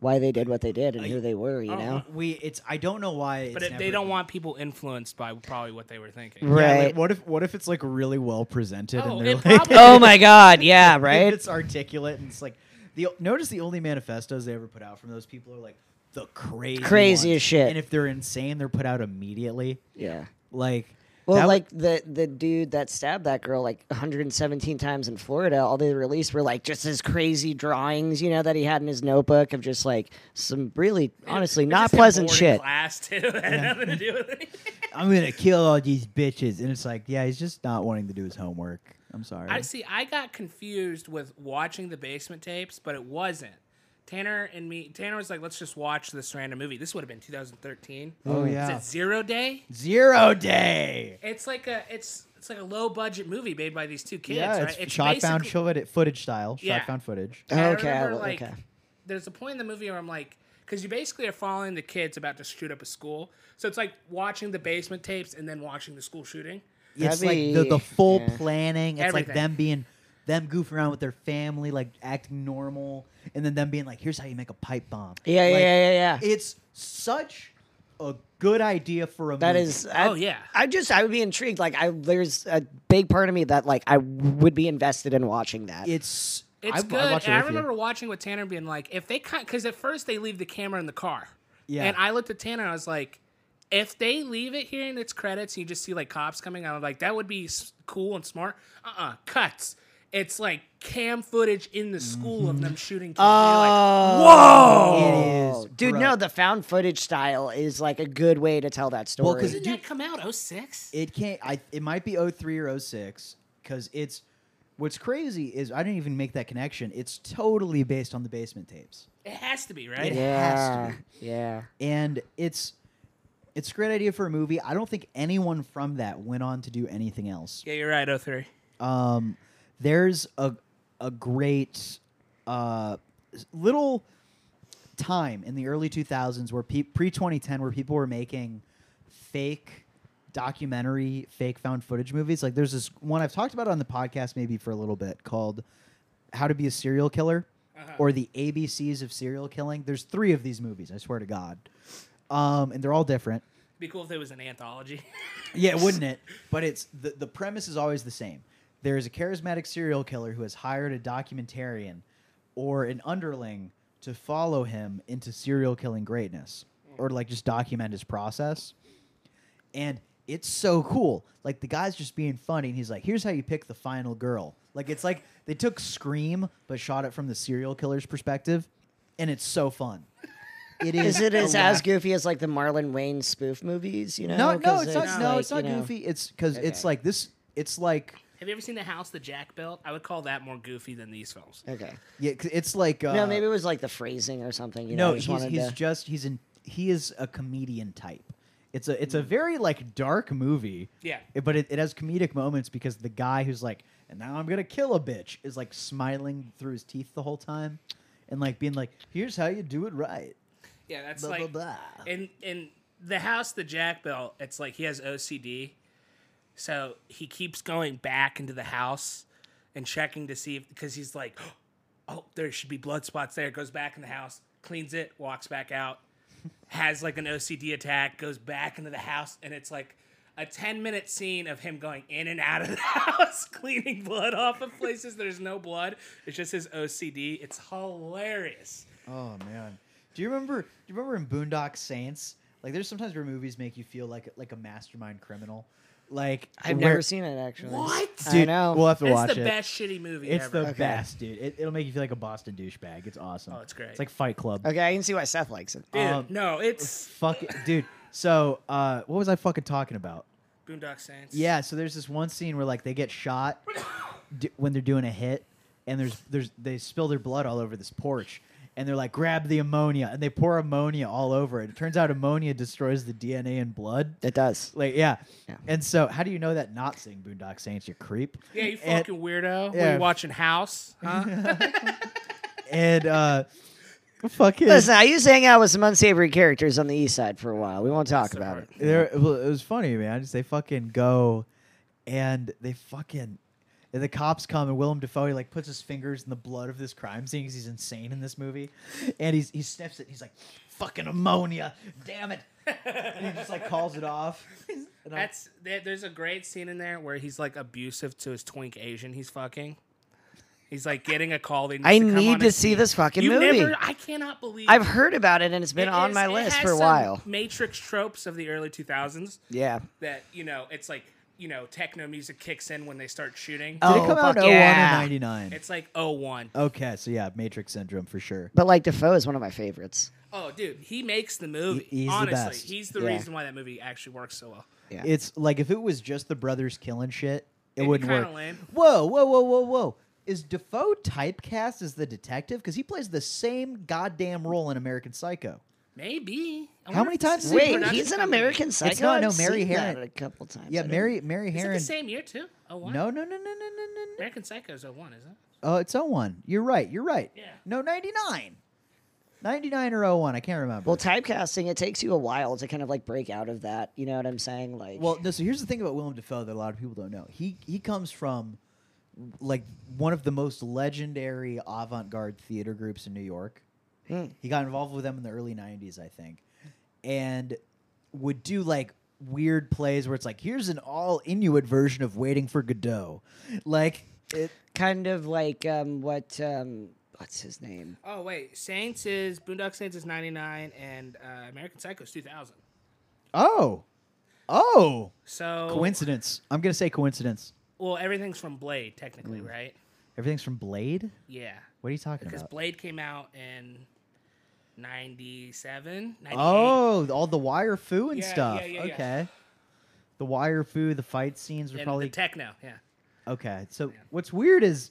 Speaker 2: why they did what they did and who they were, you
Speaker 4: oh,
Speaker 2: know?
Speaker 3: We it's I don't know why, it's
Speaker 4: But it, they
Speaker 3: never-
Speaker 4: don't want people influenced by probably what they were thinking.
Speaker 3: Yeah, like,
Speaker 2: Right.
Speaker 3: what if what if it's like really well presented
Speaker 4: Oh,
Speaker 3: and they're
Speaker 4: it
Speaker 3: like,
Speaker 4: probably-
Speaker 2: oh my god, yeah,
Speaker 3: right?
Speaker 2: right?
Speaker 3: it's articulate and it's like the notice the only manifestos they ever put out from those people are like the crazy
Speaker 2: Craziest
Speaker 3: ones.
Speaker 2: shit.
Speaker 3: And if they're insane, they're put out immediately.
Speaker 2: Yeah.
Speaker 3: Like
Speaker 2: Well,
Speaker 3: that would-
Speaker 2: like the the dude that stabbed that girl like 117 times in Florida, all they released were like just his crazy drawings, you know, that he had in his notebook of just like some really honestly
Speaker 4: It's
Speaker 2: not
Speaker 4: just him
Speaker 2: pleasant
Speaker 4: bored in
Speaker 2: shit.
Speaker 4: Class too. It had nothing to do with it.
Speaker 3: I'm gonna kill all these bitches, and it's like yeah, he's just not wanting to do his homework. I'm sorry.
Speaker 4: I see. I got confused with watching the basement tapes, but it wasn't. Tanner and me. Tanner was like, "Let's just watch this random movie." This would have been 2013.
Speaker 3: oh
Speaker 4: Is
Speaker 3: yeah,
Speaker 4: it Zero Day?
Speaker 3: zero day.
Speaker 4: It's like a it's it's like a low budget movie made by these two kids.
Speaker 3: yeah,
Speaker 4: right?
Speaker 3: it's, shot found
Speaker 4: basically-
Speaker 3: foot- footage style. Shot
Speaker 4: Yeah.
Speaker 3: found footage.
Speaker 4: I
Speaker 2: Okay,
Speaker 4: remember,
Speaker 2: well,
Speaker 4: like,
Speaker 2: okay.
Speaker 4: There's a point in the movie where I'm like, because you basically are following the kids about to shoot up a school, so it's like watching the basement tapes and then watching the school shooting.
Speaker 3: It's
Speaker 2: That'd
Speaker 3: like the, the
Speaker 2: be-
Speaker 3: full
Speaker 2: yeah.
Speaker 3: planning. It's
Speaker 4: Everything.
Speaker 3: like them being them goofing around with their family, like acting normal, and then them being like, "Here's how you make a pipe bomb."
Speaker 2: Yeah, yeah,
Speaker 3: Like,
Speaker 2: yeah, yeah, yeah.
Speaker 3: It's such a good idea for a
Speaker 2: That
Speaker 3: movie.
Speaker 2: is I,
Speaker 4: Oh, yeah.
Speaker 2: I just I would be intrigued like I there's a big part of me that like I would be invested in watching that.
Speaker 3: It's
Speaker 4: It's
Speaker 3: I,
Speaker 4: good.
Speaker 3: I,
Speaker 4: I,
Speaker 3: watched it
Speaker 4: and I
Speaker 3: with you.
Speaker 4: remember watching with Tanner being like, if they cut, because at first they leave the camera in the car.
Speaker 3: Yeah.
Speaker 4: And I looked at Tanner and I was like, if they leave it here in its credits and you just see like cops coming, I was like, that would be s- cool and smart. Uh uh Cuts. It's like cam footage in the school of
Speaker 3: Mm-hmm.
Speaker 4: them shooting kids. Oh.
Speaker 3: It is,
Speaker 2: Oh, Dude,
Speaker 3: bro.
Speaker 2: no, the found footage style is like a good way to tell that story.
Speaker 3: 'cause
Speaker 4: Didn't that come out 06?
Speaker 3: It can't. I. It might be 03 or 06 because it's. What's crazy is I didn't even make that connection. It's totally based on the basement tapes,
Speaker 4: It has to be, right?
Speaker 3: Yeah.
Speaker 2: yeah,
Speaker 3: has to
Speaker 2: yeah.
Speaker 3: and it's. It's a great idea for a movie. I don't think anyone from that went on to do anything else.
Speaker 4: Yeah, you're right, 03.
Speaker 3: um, there's a a great uh, little time in the early 2000s where pe- pre 2010 where people were making fake documentary fake found footage movies like there's this one i've talked about on the podcast maybe for a little bit called how to be a serial killer or the abcs of serial killing there's three of these movies i swear to god um, and they're all different
Speaker 4: Be cool if it was an anthology.
Speaker 3: yeah, wouldn't it? But it's the the premise is always the same. there is a charismatic serial killer who has hired a documentarian or an underling to follow him into serial killing greatness or like just document his process. And it's so cool. Like the guy's just being funny and he's like, here's how you pick the final girl. Like it's like they took Scream but shot it from the serial killer's perspective and it's so fun. It is
Speaker 2: Is it as,
Speaker 3: hilarious.
Speaker 2: as goofy as like the Marlon Wayne spoof movies? You know?
Speaker 3: No, no,
Speaker 2: 'Cause
Speaker 3: it's not. No,
Speaker 2: like,
Speaker 3: it's not
Speaker 2: you know-
Speaker 3: goofy. It's because it's
Speaker 2: Okay.
Speaker 3: like this. It's like
Speaker 4: Have you ever seen the house that Jack built? I would call that more goofy than these films.
Speaker 2: Okay.
Speaker 3: yeah. 'cause It's like uh,
Speaker 2: no, maybe it was like the phrasing or something. You know,
Speaker 3: no.
Speaker 2: I just
Speaker 3: he's
Speaker 2: wanted
Speaker 3: he's
Speaker 2: to-
Speaker 3: just he's in he is a comedian type. It's a
Speaker 2: Hmm.
Speaker 3: it's a very like dark movie.
Speaker 4: Yeah.
Speaker 3: it- but it, it has comedic moments because the guy who's like, and now I'm gonna kill a bitch is like smiling through his teeth the whole time, and like being like, here's how you do it right.
Speaker 4: Yeah, that's
Speaker 3: Blah,
Speaker 4: like
Speaker 3: blah, blah.
Speaker 4: in in the house that Jack built. It's like he has OCD, so he keeps going back into the house and checking to see if because he's like, oh, there should be blood spots there. Goes back in the house, cleans it, walks back out, has like an OCD attack, goes back into the house, and it's like. A ten-minute scene of him going in and out of the house, cleaning blood off of places there's no blood. It's just his OCD. It's hilarious.
Speaker 3: Oh man, do you remember? Do you remember in Boondock Saints? Like, there's sometimes where movies make you feel like like a mastermind criminal. Like
Speaker 2: I've
Speaker 3: where-
Speaker 2: never seen it actually.
Speaker 4: What?
Speaker 2: I
Speaker 3: Dude,
Speaker 2: know.
Speaker 3: We'll have to
Speaker 4: It's
Speaker 3: watch
Speaker 4: the
Speaker 3: it.
Speaker 4: best shitty movie
Speaker 3: It's
Speaker 4: ever.
Speaker 3: the
Speaker 2: Okay.
Speaker 3: best, dude. It, it'll make you feel like a Boston douchebag. It's awesome.
Speaker 4: Oh, it's great.
Speaker 3: It's like Fight Club.
Speaker 2: Okay, I can see why Seth likes it.
Speaker 4: Dude,
Speaker 3: Um,
Speaker 4: no, it's
Speaker 3: Fuck it, dude. So, uh, what was I fucking talking about?
Speaker 4: Boondock Saints.
Speaker 3: Yeah. So there's this one scene where like they get shot d- when they're doing a hit, and there's there's they spill their blood all over this porch, and they're like grab the ammonia, and they pour ammonia all over it. It turns out ammonia destroys the DNA in blood.
Speaker 2: It does.
Speaker 3: Like yeah.
Speaker 2: Yeah.
Speaker 3: And so how do you know that not seeing Boondock Saints, you creep?
Speaker 4: Yeah, you
Speaker 3: And-
Speaker 4: fucking weirdo. Were
Speaker 3: yeah.
Speaker 4: you watching House? Huh?
Speaker 3: and uh fucking
Speaker 2: Listen, I used to hang out with some unsavory characters on the east side for a while. We won't talk about it.
Speaker 3: there well, it was funny man just they fucking go and they fucking and the cops come and Willem Dafoe he like puts his fingers in the blood of this crime scene 'cause he's insane in this movie and he's he sniffs it and he's like fucking ammonia damn it and he just like calls it off And I'm-
Speaker 4: That's there, there's a great scene in there where he's like abusive to his twink Asian he's fucking. He's like getting a call. That he
Speaker 2: I
Speaker 4: needs to come on
Speaker 2: need to
Speaker 4: his-
Speaker 2: see this fucking
Speaker 4: you
Speaker 2: movie.
Speaker 4: never. I cannot believe
Speaker 2: I've heard about it and it's been
Speaker 4: It
Speaker 2: on
Speaker 4: is-
Speaker 2: my
Speaker 4: it
Speaker 2: list
Speaker 4: has
Speaker 2: for a
Speaker 4: some
Speaker 2: while.
Speaker 4: Matrix tropes of the early 2000s
Speaker 2: Yeah.
Speaker 4: that you know it's like you know techno music kicks in when they start shooting.
Speaker 3: did
Speaker 2: Oh,
Speaker 3: it come out in 01
Speaker 2: fuck yeah.
Speaker 3: or 99
Speaker 4: It's like oh one.
Speaker 3: okay so yeah Matrix Syndrome for sure
Speaker 2: But like Defoe is one of my favorites.
Speaker 4: Oh dude, he makes the movie.
Speaker 3: He- he's the
Speaker 4: Honestly,
Speaker 3: best.
Speaker 4: he's the
Speaker 2: Yeah.
Speaker 4: reason why that movie actually works so well.
Speaker 2: Yeah.
Speaker 3: It's like if it was just the brothers killing shit, it
Speaker 4: It'd be
Speaker 3: wouldn't
Speaker 4: kinda
Speaker 3: work.
Speaker 4: lame.
Speaker 3: Whoa, whoa, whoa, whoa, whoa. Is Defoe typecast as the detective? Because he plays the same goddamn role in American Psycho.
Speaker 4: Maybe. I
Speaker 3: How
Speaker 4: wonder
Speaker 3: many
Speaker 4: if this
Speaker 3: times
Speaker 4: is
Speaker 3: did
Speaker 4: a
Speaker 3: he-
Speaker 2: Wait,
Speaker 4: production
Speaker 2: he's an
Speaker 4: company.
Speaker 2: American Psycho.
Speaker 3: It's not- no,
Speaker 2: I've
Speaker 3: Mary
Speaker 2: seen that
Speaker 3: Herron.
Speaker 2: a couple times. I
Speaker 3: Yeah,
Speaker 2: don't-
Speaker 3: Mary Mary
Speaker 4: Is it the
Speaker 3: Harron.
Speaker 4: same year too? Oh one.
Speaker 3: No, no, no, no, no, no, no.
Speaker 4: American Psycho's oh one, isn't it?
Speaker 3: Oh, it's 01. You're right. You're right.
Speaker 4: Yeah.
Speaker 3: No, 99. 99 or 01. I can't remember.
Speaker 2: Well, typecasting it takes you a while to kind of like break out of that. You know what I'm saying? Like,
Speaker 3: Well, no. So here's the thing about Willem Dafoe that a lot of people don't know. He he comes from like one of the most legendary avant-garde theater groups in New York. He got involved with them in the early '90s, I think, and would do like weird plays where it's like, here's an all Inuit version of Waiting for Godot, like it,
Speaker 2: kind of like um, what um, what's his name?
Speaker 4: Oh wait, Saints is Boondock Saints is ninety nine, and uh, American Psycho's two thousand.
Speaker 3: oh, oh,
Speaker 4: So
Speaker 3: coincidence. I'm gonna say coincidence.
Speaker 4: Well, everything's from Blade technically,
Speaker 3: Mm.
Speaker 4: right?
Speaker 3: Everything's from Blade.
Speaker 4: Yeah,
Speaker 3: What are you talking
Speaker 4: because
Speaker 3: about?
Speaker 4: Blade came out in 97, 98.
Speaker 3: Oh, all the wire foo and
Speaker 4: Yeah,
Speaker 3: stuff.
Speaker 4: yeah, yeah, yeah.
Speaker 3: okay. The wire foo, the fight scenes were
Speaker 4: and
Speaker 3: probably
Speaker 4: the techno. Yeah,
Speaker 3: okay. So what's weird is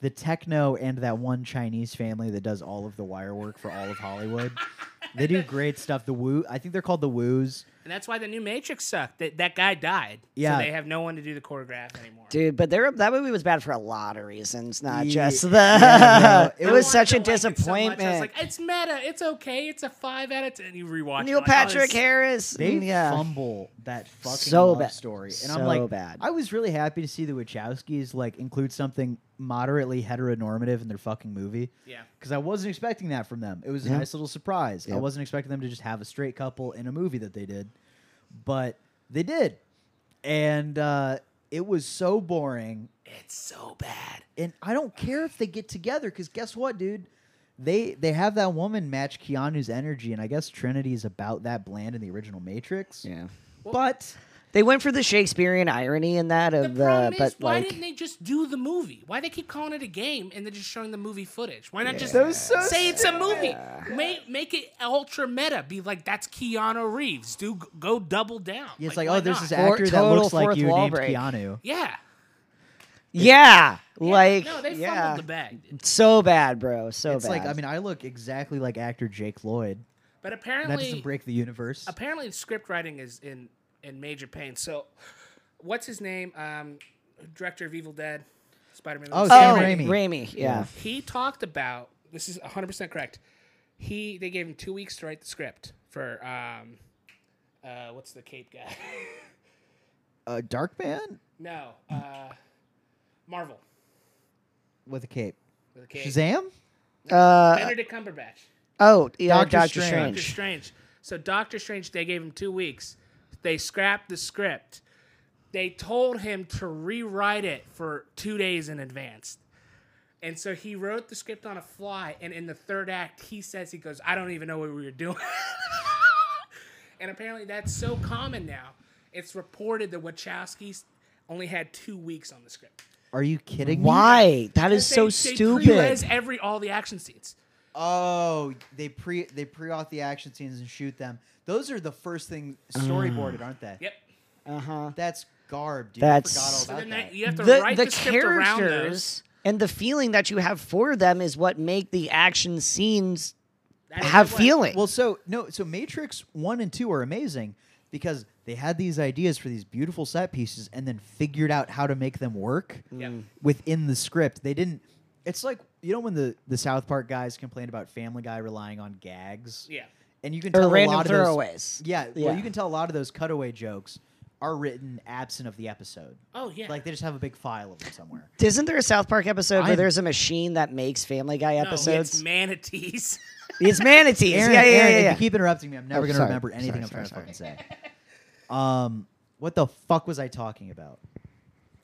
Speaker 3: the techno and that one Chinese family that does all of the wire work for all of Hollywood. they do great stuff. The woo, I think they're called the woos.
Speaker 4: and that's why the new Matrix sucked. That that guy died.
Speaker 3: Yeah.
Speaker 4: so they have no one to do the choreograph anymore.
Speaker 2: Dude, but there that movie was bad for a lot of reasons, not
Speaker 3: Ye-
Speaker 2: just the.
Speaker 3: yeah,
Speaker 2: it
Speaker 4: I wanted
Speaker 2: was such
Speaker 4: to like
Speaker 2: a
Speaker 4: it so much,
Speaker 2: disappointment.
Speaker 4: I was like, it's meta. It's okay. It's a five out of ten. You rewatch. it,
Speaker 2: Neil
Speaker 4: like, oh,
Speaker 2: Patrick
Speaker 4: this-
Speaker 2: Harris.
Speaker 3: They
Speaker 2: Mm, yeah.
Speaker 3: fumble that fucking
Speaker 2: So
Speaker 3: love
Speaker 2: bad.
Speaker 3: story, and
Speaker 2: So
Speaker 3: I'm like,
Speaker 2: bad.
Speaker 3: I was really happy to see the Wachowskis like include something moderately heteronormative in their fucking movie.
Speaker 4: Yeah.
Speaker 3: because I wasn't expecting that from them. It was a
Speaker 2: Yeah.
Speaker 3: nice little surprise. I
Speaker 2: Yep.
Speaker 3: wasn't expecting them to just have a straight couple in a movie that they did, but they did, and uh, It was so boring,
Speaker 4: It's so bad.
Speaker 3: and I don't care if they get together because guess what, dude? They they have that woman match Keanu's energy, and I guess Trinity is about that bland in the original Matrix.
Speaker 2: Yeah.
Speaker 3: but
Speaker 2: They went for the Shakespearean irony in that
Speaker 4: The
Speaker 2: of the,
Speaker 4: problem is,
Speaker 2: but
Speaker 4: why
Speaker 2: like
Speaker 4: didn't they just do the movie? Why they keep calling it a game and they're just showing the movie footage? Why not just
Speaker 3: That was so
Speaker 4: say it's a movie? Make, make it ultra meta. Be like that's Keanu Reeves. Do go double down.
Speaker 3: it's like,
Speaker 4: why
Speaker 3: oh, there's
Speaker 4: not?
Speaker 3: this actor that
Speaker 2: total
Speaker 3: looks like
Speaker 2: fourth
Speaker 3: you
Speaker 2: wall
Speaker 3: named
Speaker 2: break.
Speaker 3: Keanu.
Speaker 4: yeah.
Speaker 2: yeah, like
Speaker 4: no, they
Speaker 2: yeah,
Speaker 4: fumbled the bag.
Speaker 2: so bad, bro, so
Speaker 3: It's
Speaker 2: bad.
Speaker 3: like I mean, I look exactly like actor Jake Lloyd.
Speaker 4: But
Speaker 3: And that doesn't
Speaker 4: apparently,
Speaker 3: break the universe.
Speaker 4: apparently, script writing is in in major pain. So, what's his name? Um, director of Evil Dead, Spider Man.
Speaker 3: Oh,
Speaker 2: oh,
Speaker 3: Sam Raimi.
Speaker 2: Raimi, yeah.
Speaker 4: he talked about this is 100% correct he they gave him two weeks to write the script for um uh what's the cape guy
Speaker 3: A dark man
Speaker 4: no uh marvel
Speaker 3: with a cape.
Speaker 4: with a cape
Speaker 3: Shazam?
Speaker 2: Uh,
Speaker 4: benedict cumberbatch
Speaker 2: oh, yeah,
Speaker 3: Doctor
Speaker 2: Doctor,
Speaker 3: Strange.
Speaker 4: doctor
Speaker 2: Strange.
Speaker 4: strange so doctor strange they gave him two weeks they scrapped the script they told him to rewrite it for two days in advance and so he wrote the script on a fly and in the third act he says he goes i don't even know what we were doing And apparently that's so common now. It's reported that Wachowskis only had two weeks on the script.
Speaker 3: Are you kidding me?
Speaker 2: Why? That is so
Speaker 4: Pre-res
Speaker 2: stupid.
Speaker 4: every all the action scenes.
Speaker 3: Oh, they pre they pre auth the action scenes and shoot them. Those are the first thing storyboarded, aren't they?
Speaker 4: Yep.
Speaker 2: Uh huh.
Speaker 3: That's garb, dude.
Speaker 2: Mm. That's-
Speaker 3: I
Speaker 2: So
Speaker 3: forgot all
Speaker 4: But
Speaker 3: about
Speaker 4: then that,
Speaker 3: that.
Speaker 4: you have to
Speaker 2: The
Speaker 4: write the,
Speaker 2: the
Speaker 4: script around those.
Speaker 2: characters and the feeling that you have for them is what make the action scenes
Speaker 4: That is
Speaker 2: have
Speaker 4: what-
Speaker 2: feeling.
Speaker 3: Well, so no, so Matrix one and two are amazing because they had these ideas for these beautiful set pieces and then figured out how to make them work
Speaker 4: Yep.
Speaker 2: Mm.
Speaker 3: within the script. They didn't. It's like you know when the the South Park guys complained about Family Guy relying on gags.
Speaker 4: Yeah.
Speaker 3: and you can
Speaker 2: Or
Speaker 3: tell
Speaker 2: random
Speaker 3: a lot Of
Speaker 2: throwaways.
Speaker 3: those, yeah,
Speaker 2: Yeah.
Speaker 3: well, you can tell a lot of those cutaway jokes are written absent of the episode.
Speaker 4: Oh yeah.
Speaker 3: Like they just have a big file of them somewhere.
Speaker 2: Isn't there a South Park episode where
Speaker 3: I'm-
Speaker 2: there's a machine that makes Family Guy
Speaker 4: no,
Speaker 2: episodes?
Speaker 4: it's manatees.
Speaker 2: It's manatees.
Speaker 3: Aaron,
Speaker 2: yeah, yeah,
Speaker 3: Aaron,
Speaker 2: yeah,
Speaker 3: if
Speaker 2: yeah.
Speaker 3: you keep interrupting me, I'm never
Speaker 2: Oh,
Speaker 3: going to
Speaker 2: sorry.
Speaker 3: remember anything
Speaker 2: Sorry,
Speaker 3: I'm trying
Speaker 2: sorry,
Speaker 3: to fucking say. Um, what the fuck was I talking about?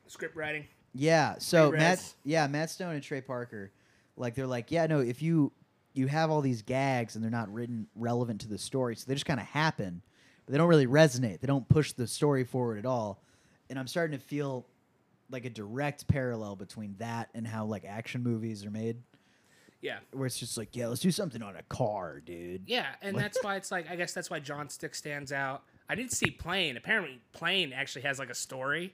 Speaker 4: script writing.
Speaker 3: Yeah, so
Speaker 4: Trey
Speaker 3: Matt,
Speaker 4: Rez.
Speaker 3: yeah, Matt Stone and Trey Parker, like they're like, yeah, no, if you you have all these gags and they're not written relevant to the story, so they just kind of happen, but they don't really resonate. They don't push the story forward at all. And I'm starting to feel like a direct parallel between that and how like action movies are made,
Speaker 4: Yeah.
Speaker 3: where it's just like, yeah, let's do something on a car, dude.
Speaker 4: Yeah, and that's why it's like I guess that's why John Stick stands out. I did see Plane. Apparently Plane actually has like a story.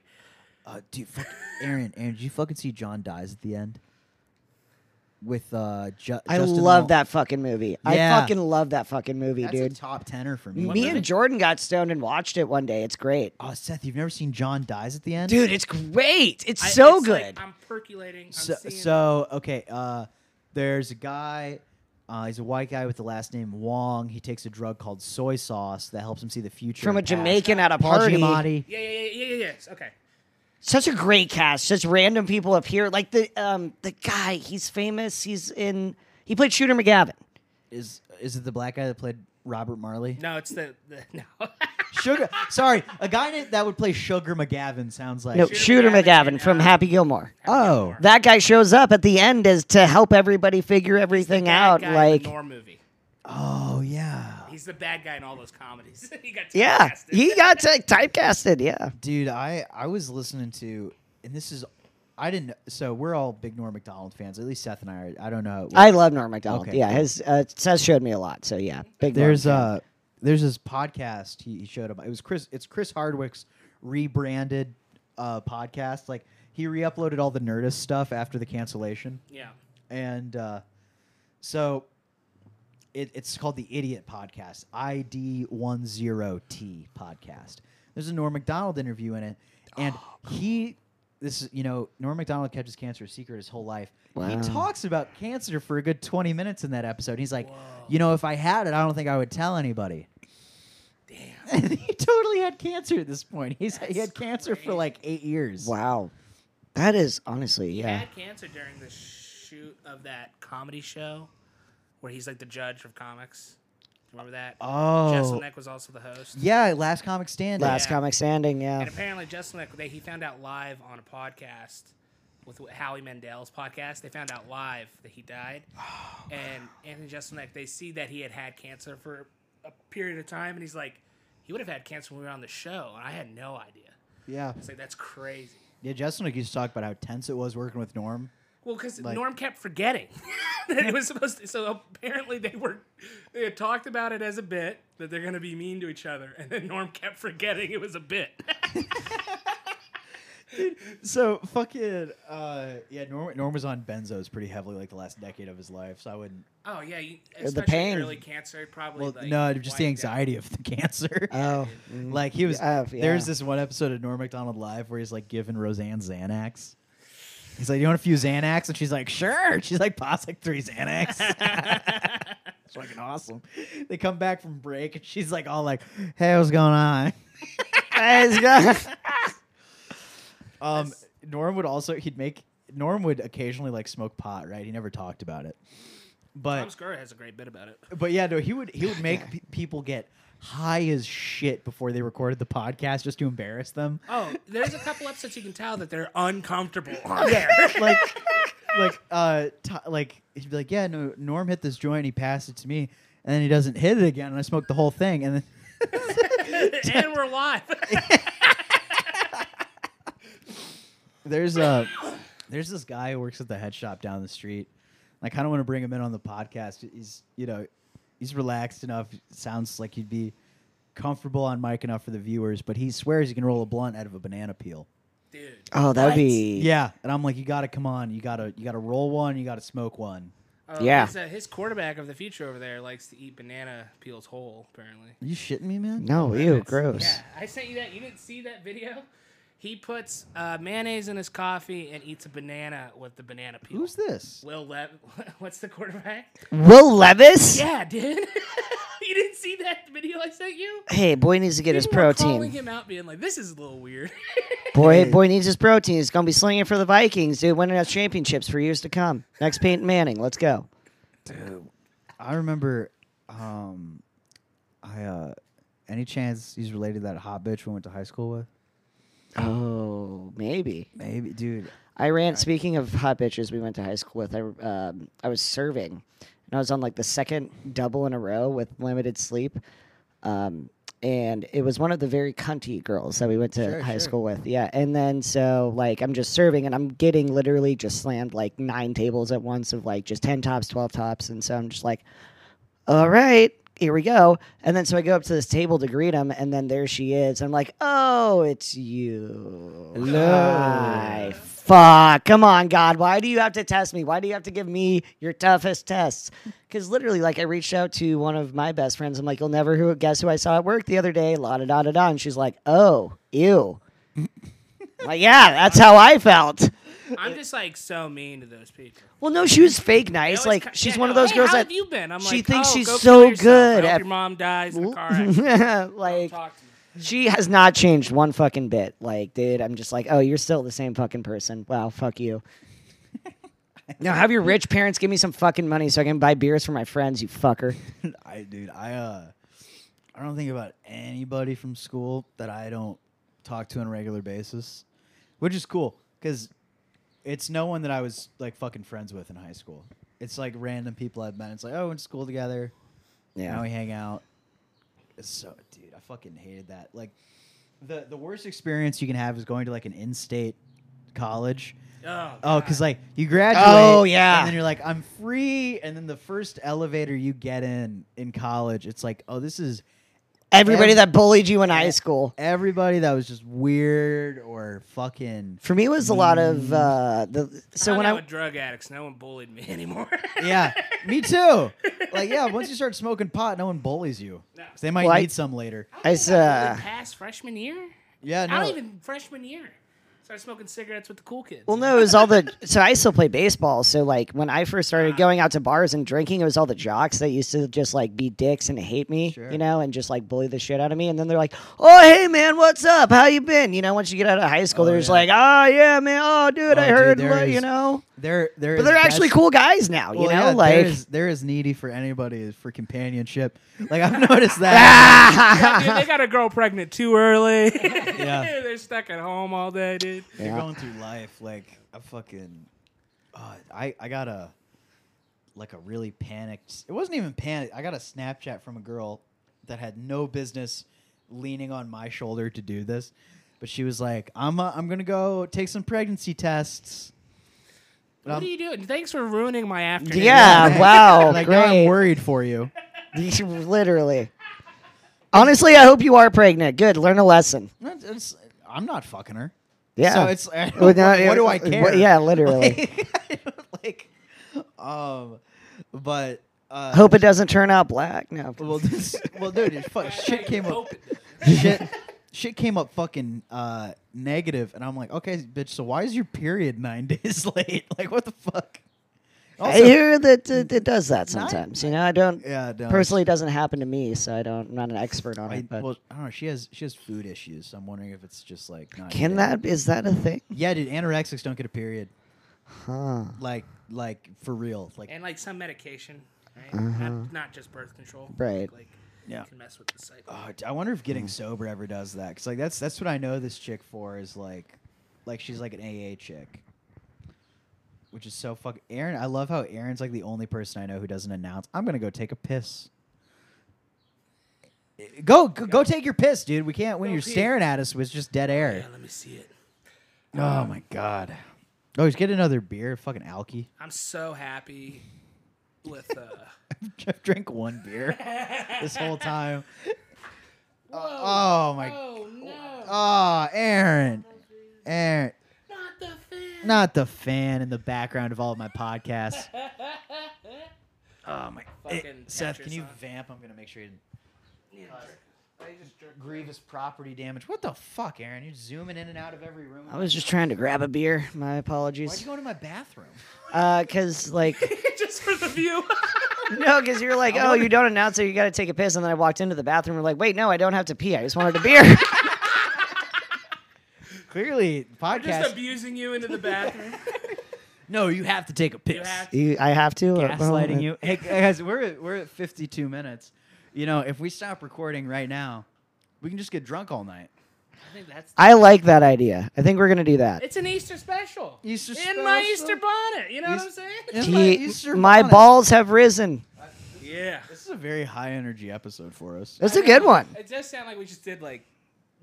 Speaker 3: Uh, dude, fuck, Aaron, Aaron, did you fucking see John dies at the end? With uh, Ju-
Speaker 2: I
Speaker 3: Justin
Speaker 2: love
Speaker 3: Long-
Speaker 2: that fucking movie. I
Speaker 3: Yeah.
Speaker 2: fucking love that fucking movie,
Speaker 3: That's a
Speaker 2: dude.
Speaker 3: top tenor for me.
Speaker 2: Me and Jordan got stoned and watched it one day. It's great.
Speaker 3: Oh, Seth, you've never seen John dies at the end,
Speaker 2: Dude, it's great. It's
Speaker 4: I-
Speaker 2: so
Speaker 4: it's like
Speaker 2: good.
Speaker 4: I'm percolating. I'm
Speaker 3: So,
Speaker 4: seeing
Speaker 3: so okay, uh, there's a guy. Uh, he's a white guy with the last name Wong. He takes a drug called soy sauce that helps him see the future.
Speaker 2: From a
Speaker 3: and past.
Speaker 2: Jamaican at a
Speaker 3: Paul
Speaker 2: party.
Speaker 3: Giamatti.
Speaker 4: yeah, yeah, yeah, yeah, yeah, yeah. It's- Okay.
Speaker 2: Such a great cast. Just random people up here. Like the um the guy, he's famous. He's in he played Shooter McGavin.
Speaker 3: Is is it the black guy that played Robert Marley?
Speaker 4: No, it's the, the no.
Speaker 3: Sugar. Sorry, a guy na- that would play Sugar McGavin sounds like.
Speaker 2: No,
Speaker 4: Shooter
Speaker 2: Shooter
Speaker 4: McGavin
Speaker 2: McGavin,
Speaker 4: and,
Speaker 2: from
Speaker 4: uh,
Speaker 2: Happy Gilmore.
Speaker 3: Oh,
Speaker 2: That guy shows up at the end as to help everybody figure everything
Speaker 4: bad
Speaker 2: out.
Speaker 4: guy in
Speaker 2: Like
Speaker 4: the Norm movie.
Speaker 3: oh yeah,
Speaker 4: He's the bad guy in all those comedies. he got
Speaker 2: Yeah.
Speaker 4: typecasted.
Speaker 2: He got like typecasted, yeah.
Speaker 3: dude. I I was listening to, and this is, I didn't. So we're all big Norm Macdonald fans. At least Seth and I are. I don't know.
Speaker 2: I love Norm Macdonald.
Speaker 3: Okay,
Speaker 2: yeah, his uh, Seth showed me a lot. So yeah, big. Norm
Speaker 3: There's
Speaker 2: fan.
Speaker 3: uh there's this podcast he, he showed up. It was Chris it's Chris Hardwick's rebranded uh podcast. Like he re-uploaded all the Nerdist stuff after the cancellation.
Speaker 4: Yeah.
Speaker 3: And uh so it, it's called the Idiot Podcast, ID10T podcast. There's a Norm MacDonald interview in it. And he, this is, you know, Norm MacDonald catches cancer a secret his whole life. He
Speaker 2: Wow.
Speaker 3: talks about cancer for a good 20 minutes in that episode. He's like, you know, if I had it, I don't think I would tell anybody. Damn. And he totally had cancer at this point. He's, he had cancer for like eight years.
Speaker 2: wow, that is honestly
Speaker 4: He
Speaker 2: yeah.
Speaker 4: had cancer during the shoot of that comedy show where he's like the judge of comics. Remember that?
Speaker 3: Oh.
Speaker 4: Jesselnick was also the host.
Speaker 3: Yeah, last comic standing.
Speaker 2: Last
Speaker 4: Yeah.
Speaker 2: comic standing, yeah.
Speaker 4: And apparently, Jesselnick, they, he found out live on a podcast with Howie Mandel's podcast. They found out live that he died. and Anthony Jeselnik, they see that he had had cancer for a period of time, and he's like, he would have had cancer when we were on the show, and I had no idea.
Speaker 3: Yeah.
Speaker 4: It's like that's crazy.
Speaker 3: Yeah, Jesselnick used to talk about how tense it was working with Norm.
Speaker 4: Well, because Norm kept forgetting that it was supposed to. So apparently they were they had talked about it as a bit that they're going to be mean to each other, and then Norm kept forgetting it was a bit.
Speaker 3: So fucking uh, yeah, Norm, Norm was on benzos pretty heavily like the last decade of his life. So I wouldn't.
Speaker 4: oh yeah, you,
Speaker 2: the
Speaker 4: especially
Speaker 2: pain.
Speaker 4: early cancer probably.
Speaker 3: Well,
Speaker 4: like,
Speaker 3: no, just the
Speaker 4: wiped out.
Speaker 3: anxiety of the cancer.
Speaker 2: Oh,
Speaker 3: like he was.
Speaker 2: Yeah, yeah.
Speaker 3: There's this one episode of Norm Macdonald Live where he's like giving Roseanne Xanax. He's like, "You want a few Xanax?" And she's like, "Sure." She's like, "Pops like three Xanax." it's fucking awesome. They come back from break and she's like, all like, "Hey, what's going on?"
Speaker 2: It's good.
Speaker 3: Um, Norm would also he'd make Norm would occasionally like smoke pot, right? He never talked about it, but
Speaker 4: Tom Segura has a great bit about it.
Speaker 3: but yeah, no, he would he would make pe- people get high as shit before they recorded the podcast just to embarrass them.
Speaker 4: Oh, there's a couple episodes you can tell that they're uncomfortable on there.
Speaker 3: like like uh t- like he'd be like, yeah, no, Norm hit this joint, he passed it to me, and then he doesn't hit it again, and I smoked the whole thing, and then.
Speaker 4: and we're live.
Speaker 3: there's a there's this guy who works at the head shop down the street. And I kind of want to bring him in on the podcast. He's you know he's relaxed enough. Sounds like he'd be comfortable on mic enough for the viewers, but he swears he can roll a blunt out of a banana peel.
Speaker 4: Dude.
Speaker 2: Oh, that'd be
Speaker 3: Yeah, and I'm like, you got to come on. You got to you got to roll one. You got to smoke one.
Speaker 4: Oh,
Speaker 2: Yeah.
Speaker 4: His, uh, his quarterback of the future over there likes to eat banana peels whole, apparently.
Speaker 3: Are you shitting me, man?
Speaker 2: no, ew, gross.
Speaker 4: Yeah, I sent you that. You didn't see that video? He puts uh, mayonnaise in his coffee and eats a banana with the banana peel.
Speaker 3: Who's this?
Speaker 4: Will Lev? What's the quarterback?
Speaker 2: Will Levis?
Speaker 4: Yeah, dude. you didn't see that video I sent you?
Speaker 2: Hey, boy needs to get his
Speaker 4: People were
Speaker 2: protein.
Speaker 4: Calling him out, being like, "This is a little weird."
Speaker 2: Boy, boy needs his protein. He's gonna be slinging for the Vikings, dude. Winning us championships for years to come. Next, Peyton Manning. Let's go.
Speaker 3: I remember. Um, I uh, any chance he's related to that hot bitch we went to high school with?
Speaker 2: Oh, maybe.
Speaker 3: Maybe, dude.
Speaker 2: I ran. Speaking of hot bitches, we went to high school with. I um, I was serving, and I was on like the second double in a row with limited sleep, um, and it was one of the very cunty girls that we went to
Speaker 3: Sure,
Speaker 2: high
Speaker 3: sure.
Speaker 2: school with. Yeah, and then so like I'm just serving, and I'm getting literally just slammed like nine tables at once of like just ten tops, twelve tops, and so I'm just like, all right, here we go. And then so I go up to this table to greet him, and then there she is. I'm like, oh, it's you. Hi. Fuck. Come on, God. Why do you have to test me? Why do you have to give me your toughest tests? Because literally, like, I reached out to one of my best friends. I'm like, you'll never who guess who I saw at work the other day. La da da da da. And she's like, oh, ew. I'm like, yeah, that's how I felt.
Speaker 4: I'm just like so mean to those people.
Speaker 2: Well, no, she was fake
Speaker 4: They
Speaker 2: nice.
Speaker 4: always
Speaker 2: Like,
Speaker 4: co-
Speaker 2: she's
Speaker 4: yeah,
Speaker 2: one of
Speaker 4: no,
Speaker 2: those
Speaker 4: hey,
Speaker 2: girls
Speaker 4: how
Speaker 2: that
Speaker 4: have you been? I'm
Speaker 2: she
Speaker 4: like,
Speaker 2: thinks
Speaker 4: oh,
Speaker 2: she's
Speaker 4: go
Speaker 2: so
Speaker 4: kill yourself.
Speaker 2: good
Speaker 4: I hope
Speaker 2: at-
Speaker 4: your mom dies in a car accident.
Speaker 2: like
Speaker 4: Talk to me.
Speaker 2: she has not changed one fucking bit. Like, dude, I'm just like, oh, you're still the same fucking person. Wow, fuck you. now have your rich parents give me some fucking money so I can buy beers for my friends. You fucker.
Speaker 3: I dude, I uh I don't think about anybody from school that I don't talk to on a regular basis, which is cool cuz it's no one that I was like fucking friends with in high school. It's like random people I've met. It's like, "Oh, we went to school together. Now
Speaker 2: Yeah.
Speaker 3: we hang out." It's so dude, I fucking hated that. Like the the worst experience you can have is going to like an in-state college
Speaker 4: Oh,
Speaker 3: Oh, because like you graduate.
Speaker 2: Oh, yeah.
Speaker 3: And then you're like, I'm free. And then the first elevator you get in in college, it's like, oh, this is
Speaker 2: Everybody
Speaker 3: Ev-
Speaker 2: that bullied you in high school.
Speaker 3: everybody that was just weird or fucking.
Speaker 2: For me, it was a lot of uh, the. So
Speaker 4: Oh, I'm
Speaker 2: when
Speaker 4: now
Speaker 2: I
Speaker 4: with drug addicts, no one bullied me anymore.
Speaker 3: Yeah, me too. Like, yeah, once you start smoking pot, no one bullies you. 'Cause They might
Speaker 2: Well, I-
Speaker 3: need some later.
Speaker 2: I
Speaker 4: Is that
Speaker 2: saw
Speaker 4: really past freshman year?
Speaker 3: Yeah, no.
Speaker 4: I don't even freshman year. It's Start smoking cigarettes with the cool kids.
Speaker 2: Well, no, it was all the. So I still play baseball. So like when I first started going out to bars and drinking, it was all the jocks that used to just like be dicks and hate me,
Speaker 3: Sure.
Speaker 2: you know, and just like bully the shit out of me. And then they're like, "Oh, hey man, what's up? How you been?" You know, once you get out of high school,
Speaker 3: Oh,
Speaker 2: they're just
Speaker 3: yeah.
Speaker 2: like, "Oh yeah, man. Oh dude,
Speaker 3: Oh,
Speaker 2: I
Speaker 3: dude,
Speaker 2: heard.
Speaker 3: there
Speaker 2: what- you
Speaker 3: is-
Speaker 2: know."
Speaker 3: There, there.
Speaker 2: But they're
Speaker 3: is-
Speaker 2: actually
Speaker 3: that's-
Speaker 2: cool guys now, you
Speaker 3: well, yeah,
Speaker 2: know, like.
Speaker 3: there is, there is needy for anybody is for companionship. Like I've noticed that.
Speaker 2: Ah!
Speaker 4: Dude, they got a girl pregnant too early.
Speaker 3: Yeah.
Speaker 4: They're stuck at home all day, dude.
Speaker 2: Yeah.
Speaker 3: You're going through life like I fucking. Uh, I I got a like a really panicked. It wasn't even panic. I got a Snapchat from a girl that had no business leaning on my shoulder to do this, but she was like, "I'm uh, I'm gonna go take some pregnancy tests." And I'm-
Speaker 4: What are you doing? Thanks for ruining my afternoon.
Speaker 2: Yeah, wow,
Speaker 3: like now I'm
Speaker 2: Oh, great.
Speaker 3: worried for you.
Speaker 2: Literally. Honestly, I hope you are pregnant. Good, learn a lesson.
Speaker 3: It's- it's- I'm not fucking her.
Speaker 2: Yeah.
Speaker 3: So it's I don't-
Speaker 2: Well, now
Speaker 3: what,
Speaker 2: it-
Speaker 3: what do I
Speaker 2: what-
Speaker 3: care?
Speaker 2: yeah, literally.
Speaker 3: like, um, but uh,
Speaker 2: Hope it doesn't turn out black. No.
Speaker 3: Well, this, well, dude, it, fuck, shit came up.
Speaker 4: Hope
Speaker 3: Shit, shit came up fucking uh, negative, and I'm like, okay, bitch. So why is your period nine days late? Like, what the fuck?
Speaker 2: I hear that it, it does that sometimes. you know, I don't.
Speaker 3: Yeah, no,
Speaker 2: personally, it doesn't happen to me, so I don't. I'm not an expert on
Speaker 3: I,
Speaker 2: it. But
Speaker 3: well, I don't know. She has she has food issues. So I'm wondering if it's just like not
Speaker 2: can that is that a thing?
Speaker 3: Yeah, dude. Anorexics don't get a period.
Speaker 2: Huh.
Speaker 3: Like, like for real. Like,
Speaker 4: And like some medication, right? Not, not just birth control.
Speaker 2: Right.
Speaker 4: Like,
Speaker 3: Yeah.
Speaker 4: Can mess with the cycle.
Speaker 3: Oh, d- I wonder if getting sober ever does that. Cause like that's that's what I know this chick for is like, like she's like an AA chick, which is so fuck. Aaron, I love how Aaron's like the only person I know who doesn't announce. I'm gonna go take a piss. Go go, go take your piss, dude. We can't when
Speaker 4: Go
Speaker 3: you're
Speaker 4: pee.
Speaker 3: staring at us with just dead
Speaker 4: yeah,
Speaker 3: air.
Speaker 4: let me see it.
Speaker 3: Oh my god. Oh, just get another beer, fucking alky.
Speaker 4: I'm so happy with. uh
Speaker 3: I've drank one beer this whole time. oh my.
Speaker 4: Oh no!
Speaker 3: Oh, Aaron. Aaron.
Speaker 4: Not the fan.
Speaker 3: Not the fan in the background of all of my podcasts. oh my
Speaker 4: Fucking
Speaker 3: Seth,
Speaker 4: Tetris,
Speaker 3: can you
Speaker 4: huh?
Speaker 3: vamp? I'm gonna make sure you didn't
Speaker 4: Yeah,
Speaker 3: grievous property damage. What the fuck, Aaron? You're zooming in and out of every room.
Speaker 2: I was just trying to grab a beer. My
Speaker 3: Why'd you
Speaker 2: apologies.
Speaker 3: go to my bathroom?
Speaker 2: Uh, cause like
Speaker 4: just for the view.
Speaker 2: no, cause you're like, oh, you don't announce it, you got to take a piss, and then I walked into the bathroom. and like, wait, no, I don't have to pee. I just wanted a beer.
Speaker 3: Clearly,
Speaker 4: just
Speaker 3: podcast.
Speaker 4: abusing you into the bathroom.
Speaker 3: no, you have to take a piss.
Speaker 4: You have to-
Speaker 2: you, I have to. Uh, well,
Speaker 3: gaslighting
Speaker 2: uh,
Speaker 3: you. Hey guys, we're at, we're at 52 minutes. You know, if we stop recording right now, we can just get drunk all night.
Speaker 4: I think that's.
Speaker 2: I like that idea. I think we're gonna do that.
Speaker 4: it's an Easter special.
Speaker 3: Easter
Speaker 4: in my
Speaker 3: special?
Speaker 4: Easter bonnet. You know what I'm
Speaker 3: Easter-
Speaker 4: saying?
Speaker 3: Yeah.
Speaker 2: Gee,
Speaker 3: my Easter
Speaker 2: my
Speaker 3: bonnet.
Speaker 2: balls have risen.
Speaker 4: Yeah.
Speaker 3: This is a very high energy episode for us.
Speaker 2: That's a good one.
Speaker 4: It does sound like we just did like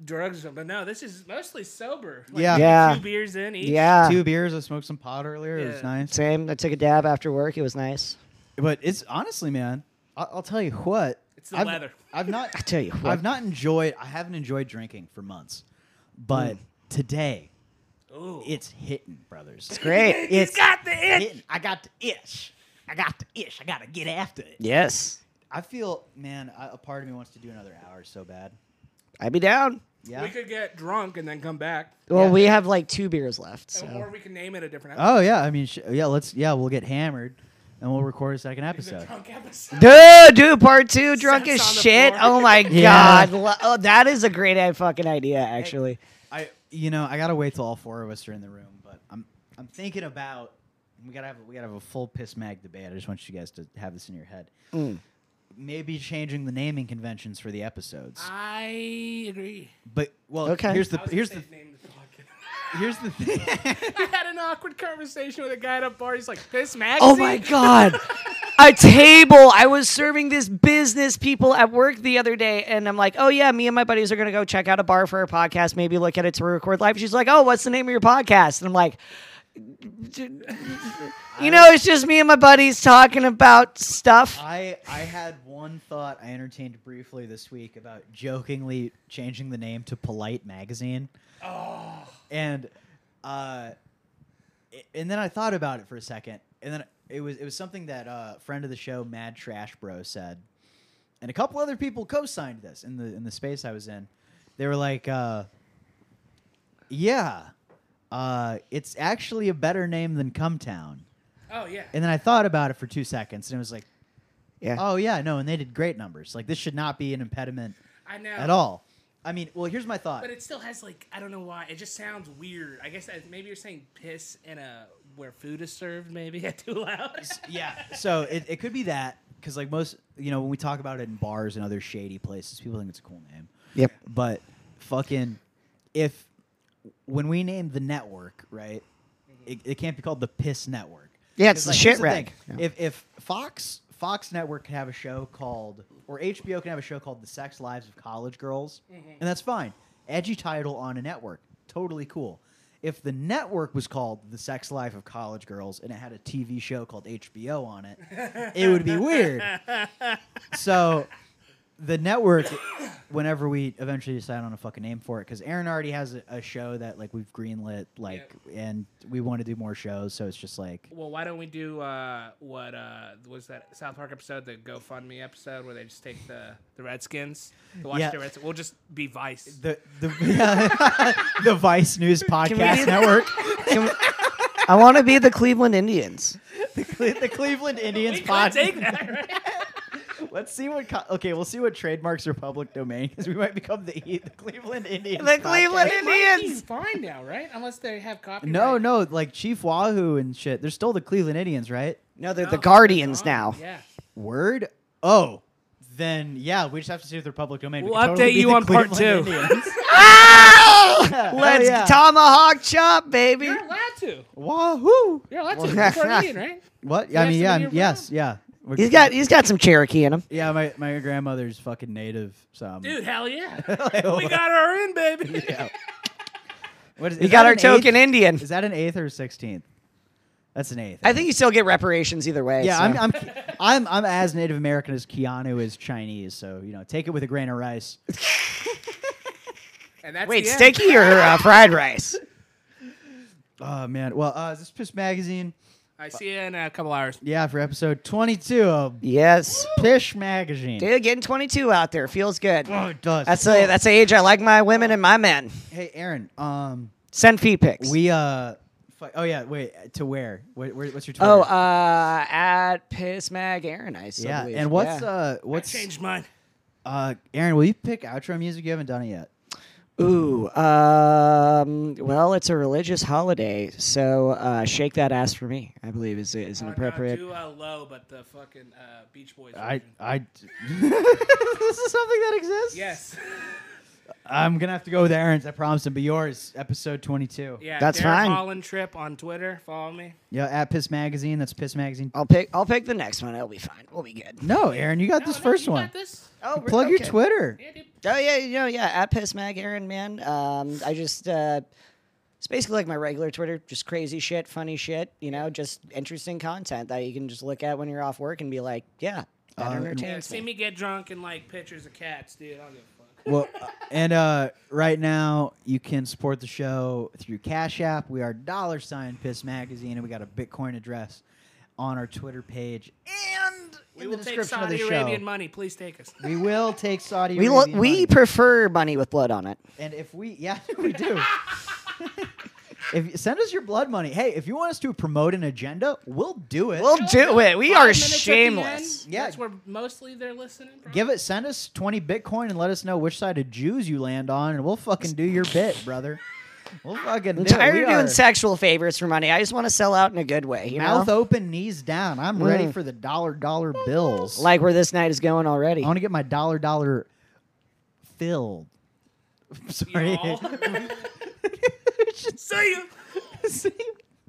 Speaker 4: drugs or something, but no, this is mostly sober. Like,
Speaker 3: Yeah.
Speaker 2: Yeah,
Speaker 4: Two beers in each.
Speaker 2: yeah.
Speaker 3: Two beers. I smoked some pot earlier. It was
Speaker 4: Yeah.
Speaker 3: nice.
Speaker 2: uh, Same. I took a dab after work. It was nice.
Speaker 3: But it's honestly, man, I- I'll tell you what.
Speaker 4: It's the
Speaker 3: I've,
Speaker 4: leather.
Speaker 3: I've not.
Speaker 2: I tell you what.
Speaker 3: I've not enjoyed. I haven't enjoyed drinking for months, but
Speaker 2: Mm.
Speaker 3: today
Speaker 4: Ooh.
Speaker 3: it's hitting, brothers.
Speaker 2: Great.
Speaker 4: He's got the itch.
Speaker 3: Hitting. I got the itch. I got the itch. I gotta get after it.
Speaker 2: Yes.
Speaker 3: I feel, man. I, a part of me wants to do another hour so bad.
Speaker 2: I'd be down.
Speaker 3: Yeah.
Speaker 4: We could get drunk and then come back,
Speaker 2: Well,
Speaker 3: Yeah.
Speaker 2: we have like two beers left. So.
Speaker 4: or we can name it a different episode.
Speaker 3: Oh yeah. I mean, sh- yeah. Let's. Yeah, we'll get hammered, and we'll record a second
Speaker 4: The
Speaker 3: episode.
Speaker 4: drunk episode.
Speaker 2: Dude, dude, part two, drunk
Speaker 4: Sex
Speaker 2: as
Speaker 4: on the
Speaker 2: shit.
Speaker 4: floor.
Speaker 2: Oh my
Speaker 3: Yeah.
Speaker 2: god, Lo- oh, that is a great i- fucking idea, actually.
Speaker 3: I you know I gotta wait till all four of us are in the room, but I'm I'm thinking about we gotta have we gotta have a full piss mag debate. I just want you guys to have this in your head. Maybe changing the naming conventions for the episodes,
Speaker 4: I agree.
Speaker 3: but well,
Speaker 2: Okay.
Speaker 3: here's the
Speaker 4: I was
Speaker 3: here's the
Speaker 4: gonna say name the podcast.
Speaker 3: here's the thing.
Speaker 4: I had an awkward conversation with a guy at a bar. He's like, "This magazine."
Speaker 2: Oh my god, a table. I was serving this business people at work the other day, and I'm like, oh yeah, me and my buddies are gonna go check out a bar for our podcast, maybe look at it to record live. She's like, oh, what's the name of your podcast? And I'm like. You know, it's just me and my buddies talking about stuff.
Speaker 3: I I had one thought I entertained briefly this week about jokingly changing the name to Polite Magazine. And uh i- and then I thought about it for a second. And then it was it was something that uh friend of the show Mad Trash Bro said. And a couple other people co-signed this in the in the space I was in. They were like uh yeah, uh, it's actually a better name than Cumtown.
Speaker 4: Oh yeah.
Speaker 3: And then I thought about it for two seconds, and it was like,
Speaker 2: Yeah.
Speaker 3: oh yeah, no, and they did great numbers. Like this should not be an impediment
Speaker 4: I know.
Speaker 3: at all. I mean, well, here's my thought.
Speaker 4: But it still has like I don't know why. It just sounds weird. I guess that maybe you're saying piss in a where food is served. Maybe too loud.
Speaker 3: yeah. So it, it could be that because like most you know when we talk about it in bars and other shady places, people think it's a cool name.
Speaker 2: Yep.
Speaker 3: But fucking if when we named the network right, it, it can't be called the Piss Network.
Speaker 2: Yeah, it's
Speaker 3: 'Cause,
Speaker 2: the
Speaker 3: like,
Speaker 2: shit
Speaker 3: here's
Speaker 2: rag.
Speaker 3: thing.
Speaker 2: Yeah.
Speaker 3: If if Fox Fox Network can have a show called or HBO can have a show called The Sex Lives of College Girls, and that's fine. Edgy title on a network, totally cool. If the network was called The Sex Life of College Girls and it had a TV show called HBO on it, it would be weird. So the network, whenever we eventually decide on a fucking name for it, because Aaron already has a, a show that like we've greenlit, like, and we want to do more shows. So it's just like,
Speaker 4: Well, why don't we do uh, what uh, was that South Park episode, the GoFundMe episode, where they just take the the Redskins, the Washington
Speaker 3: Yeah.
Speaker 4: Redskins. We'll just be Vice.
Speaker 3: the the the Vice News
Speaker 2: do-
Speaker 3: podcast network,
Speaker 2: Can we- I want to be the Cleveland Indians.
Speaker 3: the, Cle- the Cleveland Indians
Speaker 4: we could
Speaker 3: podcast.
Speaker 4: take that. Right?
Speaker 3: Let's see what co- okay, we'll see what trademarks are public domain because we might become the, E, the Cleveland Indians.
Speaker 2: The
Speaker 3: podcast.
Speaker 2: Cleveland
Speaker 4: Might be
Speaker 2: Indians.
Speaker 4: fine now, right? Unless they have copyright.
Speaker 3: No, no, like Chief Wahoo and shit. They're still the Cleveland Indians, right?
Speaker 2: No, they're
Speaker 4: No,
Speaker 2: the Guardians
Speaker 4: Oh, they're
Speaker 2: now.
Speaker 4: gone. Yeah.
Speaker 3: Word. Oh, then yeah, we just have to see if they're public domain. We
Speaker 4: We'll
Speaker 3: could totally
Speaker 4: update
Speaker 3: be
Speaker 4: you
Speaker 3: the
Speaker 4: on part
Speaker 3: Cleveland
Speaker 4: two.
Speaker 3: Indians. Hell
Speaker 2: Let's
Speaker 3: Oh! yeah.
Speaker 2: tomahawk chop, baby.
Speaker 4: You're allowed to.
Speaker 3: Wahoo!
Speaker 4: You're allowed
Speaker 2: Well-
Speaker 4: to. You're Puerto Rican, right?
Speaker 3: What?
Speaker 4: Yeah,
Speaker 3: I mean, yeah,
Speaker 4: somebody you're
Speaker 3: yes, yeah. e- We're-
Speaker 2: He's got he's got some Cherokee in him.
Speaker 3: Yeah, my, my grandmother's fucking native, so I'm-
Speaker 4: Dude, hell yeah. we got her in, baby.
Speaker 3: Yeah. What is,
Speaker 2: We
Speaker 3: is
Speaker 2: got
Speaker 3: that
Speaker 2: our
Speaker 3: an
Speaker 2: token
Speaker 3: eighth?
Speaker 2: Indian.
Speaker 3: Is that an eighth or sixteenth? That's an eighth.
Speaker 2: I think you still get reparations either way.
Speaker 3: yeah,
Speaker 2: so.
Speaker 3: I'm, I'm, I'm, I'm as Native American as Keanu is Chinese, so you know, take it with a grain of rice.
Speaker 4: And that's
Speaker 2: Wait,
Speaker 4: the end.
Speaker 2: sticky or uh, fried rice?
Speaker 3: Oh man, well, uh, is this Piss Magazine?
Speaker 4: I see you in a couple hours.
Speaker 3: Yeah, for episode 22 of
Speaker 2: Yes.
Speaker 3: Pish Magazine.
Speaker 2: Dude, getting 22 out there feels good.
Speaker 3: Oh, it does.
Speaker 2: That's the that's the age I like my women and my men.
Speaker 3: hey, Aaron. Um,
Speaker 2: Send feet pics.
Speaker 3: we uh, fu- oh yeah, wait. To where? Where, where what's your Twitter?
Speaker 2: oh, uh, at Piss Mag Aaron, I still
Speaker 3: yeah.
Speaker 2: believe.
Speaker 3: And what's
Speaker 2: Yeah.
Speaker 3: uh,
Speaker 4: I
Speaker 3: what's
Speaker 4: changed mine.
Speaker 3: uh, Aaron? Will you pick outro music? You haven't done it yet.
Speaker 2: Ooh, um, well, it's a religious holiday, so uh, shake that ass for me. I believe is is an
Speaker 4: Uh, no,
Speaker 2: appropriate.
Speaker 4: do uh, low, but the fucking uh, Beach Boys.
Speaker 3: I,
Speaker 4: version.
Speaker 3: I, this is something that exists.
Speaker 4: Yes.
Speaker 3: I'm gonna have to go with Aaron's. I promise him. But yours, episode 22.
Speaker 4: Yeah.
Speaker 2: That's
Speaker 4: Derek
Speaker 2: fine.
Speaker 4: Holland Trip on Twitter. Follow me.
Speaker 3: Yeah, at Piss Magazine. That's Piss Magazine.
Speaker 2: I'll pick. I'll pick the next one. It'll be fine. We'll be good.
Speaker 3: No, Aaron, you got this first
Speaker 4: you
Speaker 3: one.
Speaker 4: Got this?
Speaker 2: Oh, we're-
Speaker 3: Plug your
Speaker 2: okay.
Speaker 3: Twitter.
Speaker 4: Yeah, dude.
Speaker 2: Oh yeah, you know, yeah, at Piss Mag Aaron, man. Um, I just uh, it's basically like my regular Twitter, just crazy shit, funny shit, you know, just interesting content that you can just look at when you're off work and be like, yeah, that
Speaker 3: Uh, and-
Speaker 4: Yeah,
Speaker 2: entertains
Speaker 4: see
Speaker 2: me.
Speaker 4: me get drunk and like pictures of cats, dude. I don't give a fuck.
Speaker 3: well, uh, and uh, right now you can support the show through Cash App. We are dollar sign Piss Magazine, and we got a Bitcoin address on our Twitter page and
Speaker 4: We
Speaker 3: in
Speaker 4: will
Speaker 3: the
Speaker 4: take
Speaker 3: description of the
Speaker 4: Saudi
Speaker 3: show.
Speaker 4: Arabian money. Please take us.
Speaker 3: we will take Saudi.
Speaker 2: We lo-
Speaker 3: Arabian
Speaker 2: we
Speaker 3: money.
Speaker 2: prefer money with blood on it.
Speaker 3: and if we yeah we do. if send us your blood money, hey, if you want us to promote an agenda, we'll do it.
Speaker 2: We'll do it. We
Speaker 4: Five
Speaker 2: are
Speaker 4: minutes at the
Speaker 2: shameless.
Speaker 4: end,
Speaker 3: Yeah.
Speaker 4: That's where mostly they're listening. Bro.
Speaker 3: Give it, send us 20 Bitcoin and let us know which side of Jews you land on, and we'll fucking do your bit, brother. We'll fucking
Speaker 2: I'm
Speaker 3: do it.
Speaker 2: tired
Speaker 3: We
Speaker 2: of doing
Speaker 3: are
Speaker 2: sexual favors for money. I just want to sell out in a good way. You
Speaker 3: Mouth
Speaker 2: know?
Speaker 3: open, knees down. I'm ready
Speaker 2: Mm.
Speaker 3: for the dollar dollar bills.
Speaker 2: like where this night is going already.
Speaker 3: I want to get my dollar dollar filled. I'm sorry.
Speaker 4: Y'all. See you.
Speaker 3: See you.